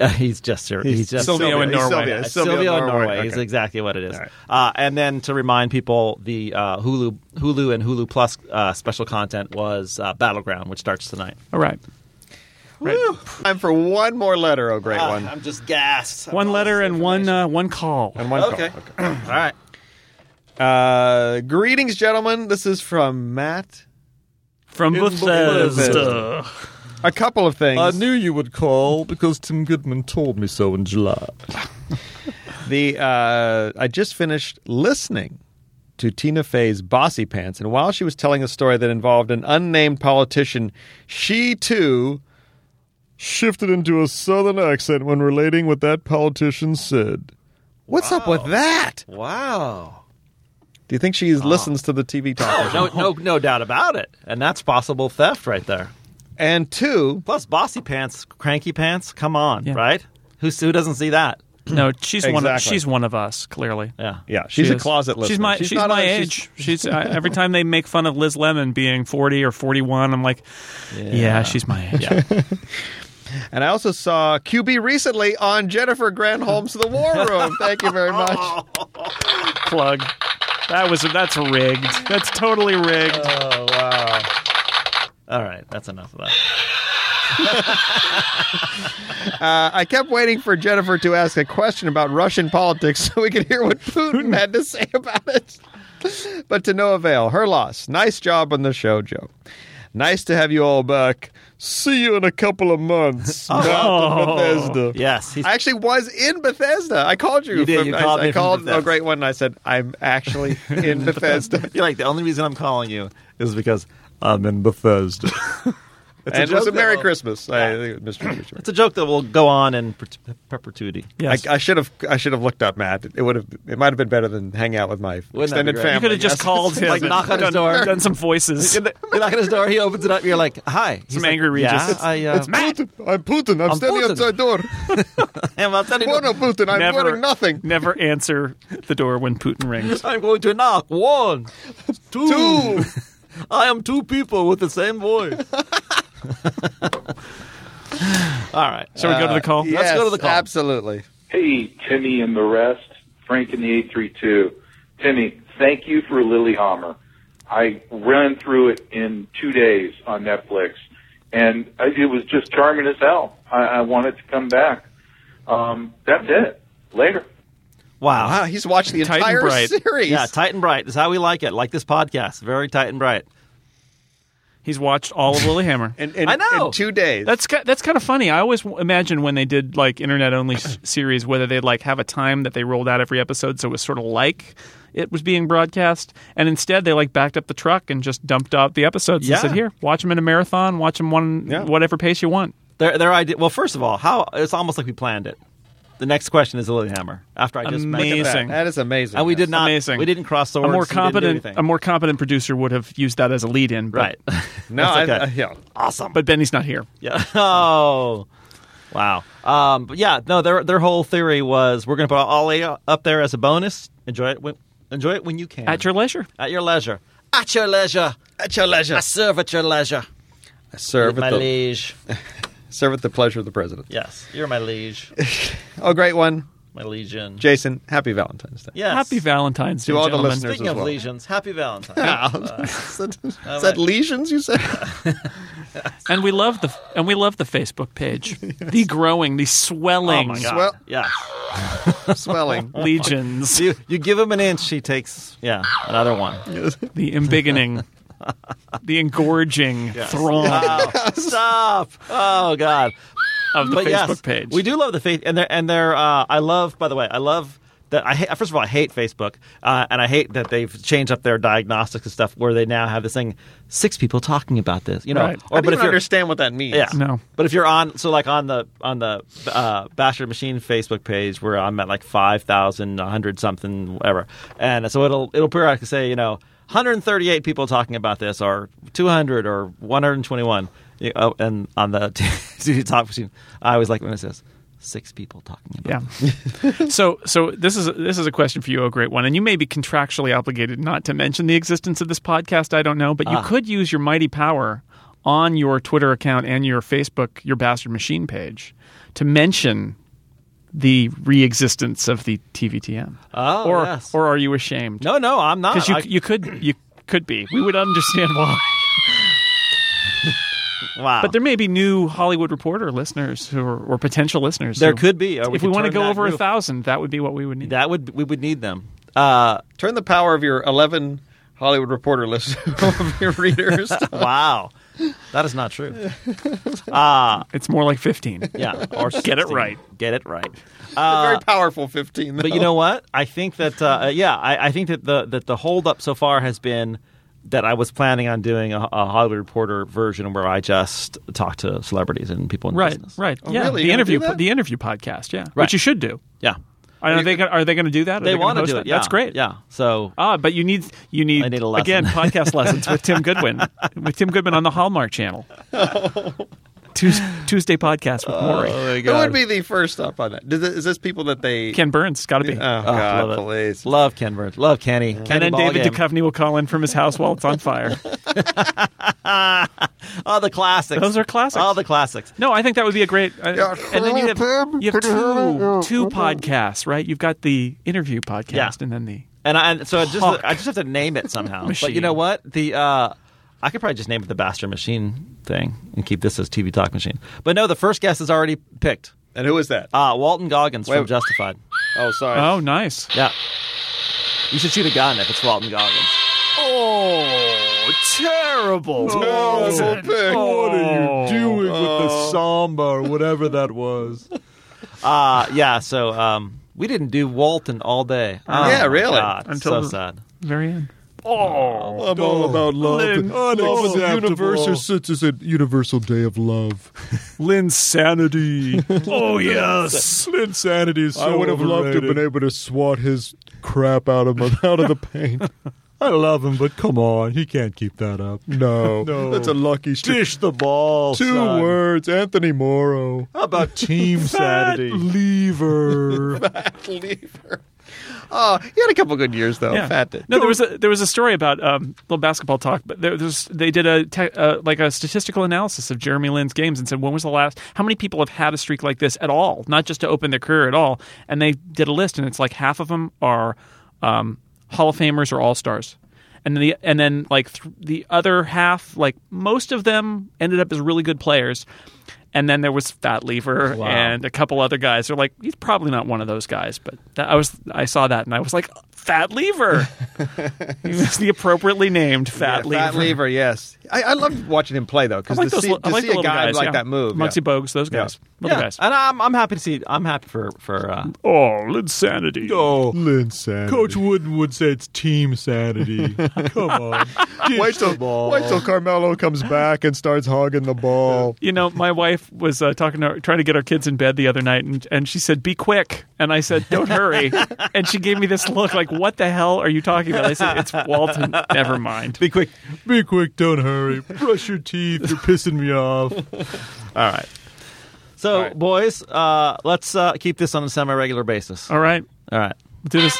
Uh, he's just he's, just Silvio in He's Norway. Silvio. Uh, It's Silvio, in Norway, is Okay. exactly what it is. All right. Uh, and then to remind people, the uh, Hulu Hulu and Hulu Plus uh, special content was uh, Battleground, which starts tonight. All right. Woo. Time for one more letter. Oh, great Ah, one. I'm just gassed. I'm One all letter this and one information. uh, one call. And one okay. call. all right. Uh, greetings, gentlemen. This is from Matt. From In Bethesda. Bethesda. A couple of uh, things. you would call because Tim Goodman told me so in July. The uh, I just finished listening to Tina Fey's Bossy Pants, and while she was telling a story that involved an unnamed politician, she too shifted into a southern accent when relating what that politician said. What's up with that? Wow. Do you think she listens to the TV talk? No, no, no doubt about it. And that's possible theft right there. and two, Plus, bossy pants, cranky pants. Come on, Yeah. right? Who who doesn't see that? No, she's one. Of, Exactly. she's one of us. Clearly. Yeah. yeah, she's She a is. closet listener. She's my she's, not my a- age. She's, uh, every time they make fun of Liz Lemon being forty or forty one, I'm like, yeah. she's my age. And I also saw QB recently on Jennifer Granholm's The War Room. Thank you very much. Plug. That was that's rigged. That's totally rigged. Oh wow. All right, that's enough of that. Uh, I kept waiting for Jennifer to ask a question about Russian politics so we could hear what Putin had to say about it. But to no avail. Her loss. Nice job on the show, Joe. Nice to have you all back. See you in a couple of months. Oh. Mountain Bethesda. Yes, he's I actually was in Bethesda. I called you. You did. from- You I, called I me from called Bethesda. a great one. And I said, I'm actually in Bethesda. You're like the only reason I'm calling you is because I'm in Bethesda. it's and it was a joke Merry that will- Christmas. I, uh, Mr. Christmas. It's a joke that will go on in per- perpetuity. Yes. I, I should have I should have looked up Matt. It would have it might have been better than hang out with my that be extended great? family. you could have just yes. called him, Like, and knock on his done, door. done some voices. You knock on his door. He opens it up. You're like, "Hi." He's Some like, angry Regis. Yeah, I, uh, Putin. I'm Putin. I'm, standing Putin. outside door. am outside. Bono Putin. I'm wearing nothing. Never answer the door when Putin rings. I'm going to knock. One, two. Two. I am two people with the same voice. All right. Shall we go to the call? Uh, Let's go to the call. Uh, Absolutely. Hey, Timmy and the rest, Frank and the 832. Timmy, thank you for Lily Hammer. I ran through it in two days on Netflix, and I- it was just charming as hell. I, I wanted to come back. Um, that's it. Later. Wow. Wow, Uh, he's watched the Tight and entire bright. series. Yeah, tight and bright is how we like it. Like this podcast, very tight and bright. He's watched all of Lilyhammer. in, in, I know. In two days. That's ki- that's kind of funny. I always w- imagine when they did like internet only s- series, whether they'd like have a time that they rolled out every episode, so it was sort of like it was being broadcast. And instead, they like backed up the truck and just dumped out the episodes Yeah. and said, "Here, watch them in a marathon. Watch them one Yeah. whatever pace you want." Their their idea. Well, first of all, how it's almost like we planned it. The next question is a Lilyhammer. After I just mentioned Amazing. that. Amazing. that is amazing. and we did not. Amazing. We didn't cross swords. a more we didn't do competent anything. a more competent producer would have used that as a lead in, right. No, That's I, okay. I, yeah. awesome. But Benny's not here. Yeah. Oh. Wow. Um, but yeah, no, their their whole theory was we're going to put all eight up there as a bonus. Enjoy it. When, enjoy it when you can. At your leisure. at your leisure. At your leisure. At your leisure. I serve at your leisure. I serve my at, the, liege. serve at the pleasure of the president. Yes, you're my liege. Oh, great one. My legion. Jason, happy Valentine's Day. yes. Happy Valentine's Day, To all the gentlemen. listeners. Speaking as of well. lesions, happy Valentine's. said, all said right. lesions, you said? And we love the and we love the Facebook page. The growing, the swelling Oh my God. Oh Swell- yeah. Swelling. legions, You, you give him an inch, he takes yeah another one. the embiggening, Uh, the engorging throng. Stop! Oh God! of the but Facebook yes, page. we do love the faith, and they're and they're. Uh, I love. By the way, I love that. I hate, first of all, I hate Facebook, uh, and I hate that they've changed up their diagnostics and stuff, where they now have this thing: six people talking about this. You know, Right. or I but don't if you're understand what that means. yeah, No. But if you're on, so like on the on the uh, Bastard Machine Facebook page, where I'm at like 5,000, 100 something, whatever, and so it'll it'll periodically say, you know, 138 people talking about this, or 200, or 121. You- oh, and on the TV talk machine, I always like when it says six people talking about. Yeah. so so this is this is a question for you, a great one, and you may be contractually obligated not to mention the existence of this podcast. I don't know, but you Ah. could use your mighty power on your Twitter account and your Facebook, your bastard machine page, to mention the re-existence of the TVTM. Oh, or yes. or are you ashamed? No, no, I'm not. because you I- you could you could be. We would understand why. wow. But there may be new Hollywood Reporter listeners who are, or potential listeners. There who- could be, or we if we could want to turn go that over a roof. thousand, that would be what we would need. that would we would need them. Uh, Turn the power of your 11 Hollywood Reporter list of your readers. wow, that is not true. Uh, It's more like fifteen. Yeah, or Get it 16. right. Get it right. Very powerful 15. Though. But you know what? I think that uh, yeah, I, I think that the that the holdup so far has been that I was planning on doing a, a Hollywood Reporter version where I just talk to celebrities and people in Right, business. right. yeah, really? the You're gonna do interview, that? the interview podcast. Yeah, Right. which you should do. Yeah, Are, they gonna, are they going to do that? Are they, going want to do it. that? Yeah, That's great. Yeah. So Oh Ah, but you need you need, I need a lesson. again podcast lessons with Tim Goodwin with Tim Goodwin on the Hallmark Channel. Tues- Tuesday podcast with Maury. Oh. Who would be the first up on that? Does it- Is this people that they. Ken Burns got to be. oh, God, love it. please. love Ken Burns, love Kenny, and Kenny then David Ballgame. Duchovny will call in from his house while it's on fire. Oh, the classics. Those are classics. All the classics. No, I think that would be a great. I- Yeah, and then you have, Tim, you have can you hear two me? two podcasts, right? You've got the interview podcast Yeah. and then the And I and so I just Hawk. I just have to name it somehow. but you Machine. know what? The uh, I could probably just name it the Bastard Machine thing and keep this as TV Talk Machine. But no, the first guest is already picked. And who is that? Uh, Walton Goggins from Wait. Justified. oh, sorry. oh, nice. Yeah. You should shoot a gun if it's Walton Goggins. Oh, terrible. Terrible pick. Uh, What are you doing with the samba or whatever that was? Uh, yeah, so um, we didn't do Walton all day. Oh, Yeah, my really. God. Until- so sad. Very end. Oh, I'm all about love. Love is universal since it's a universal day of love. Linsanity. oh yes. Insanity is I would have loved to have been able to swat his crap out of him, out of the paint. I love him, but come on, he can't keep that up. No, no, that's a lucky dish. The ball. Two words, Anthony Morrow. How about Team Saturday? Lever. Lever. Oh, he had a couple good years though. Yeah. Fat did. No, there was a there was a story about um, little basketball talk, but there, there's they did a te- uh, like a statistical analysis of Jeremy Lin's games and said when was the last how many people have had a streak like this at all, not just to open their career at all, and they did a list and it's like half of them are um, Hall of Famers or All Stars, and then the and then like th- the other half like most of them ended up as really good players. And then there was Fat Lever and a couple other guys. They're like, he's probably not one of those guys, but that, I was I saw that and I was like, Fat Lever. He was the appropriately named Fat Lever. Fat Lever, yes. I, I loved watching him play though, I because like to those. see, li- to I like see the a little guy guys, like yeah. that move. Mugsy yeah. Bogues, those guys, little Yeah. guys. And I'm, I'm happy to see I'm happy for for uh, Oh, insanity! Oh, Linsanity. Coach Wooden would say it's Team Sanity. Come on, wait till wait till Carmelo comes back and starts hogging the ball. You know, my wife was uh, talking to her, trying to get our kids in bed the other night, and, and she said, "Be quick," and I said, "Don't hurry," and she gave me this look like, "What the hell are you talking about?" I said, "It's Walton. Never mind." be quick. Be quick, don't hurry. Brush your teeth. You're pissing me off. All right. So boys, uh, let's uh, keep this on a semi regular basis. All right, All right. do this.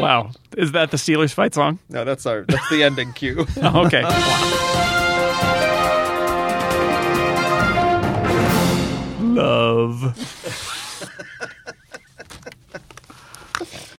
Wow, is that the Steelers fight song? No, that's our that's the ending cue. Oh, okay. Love.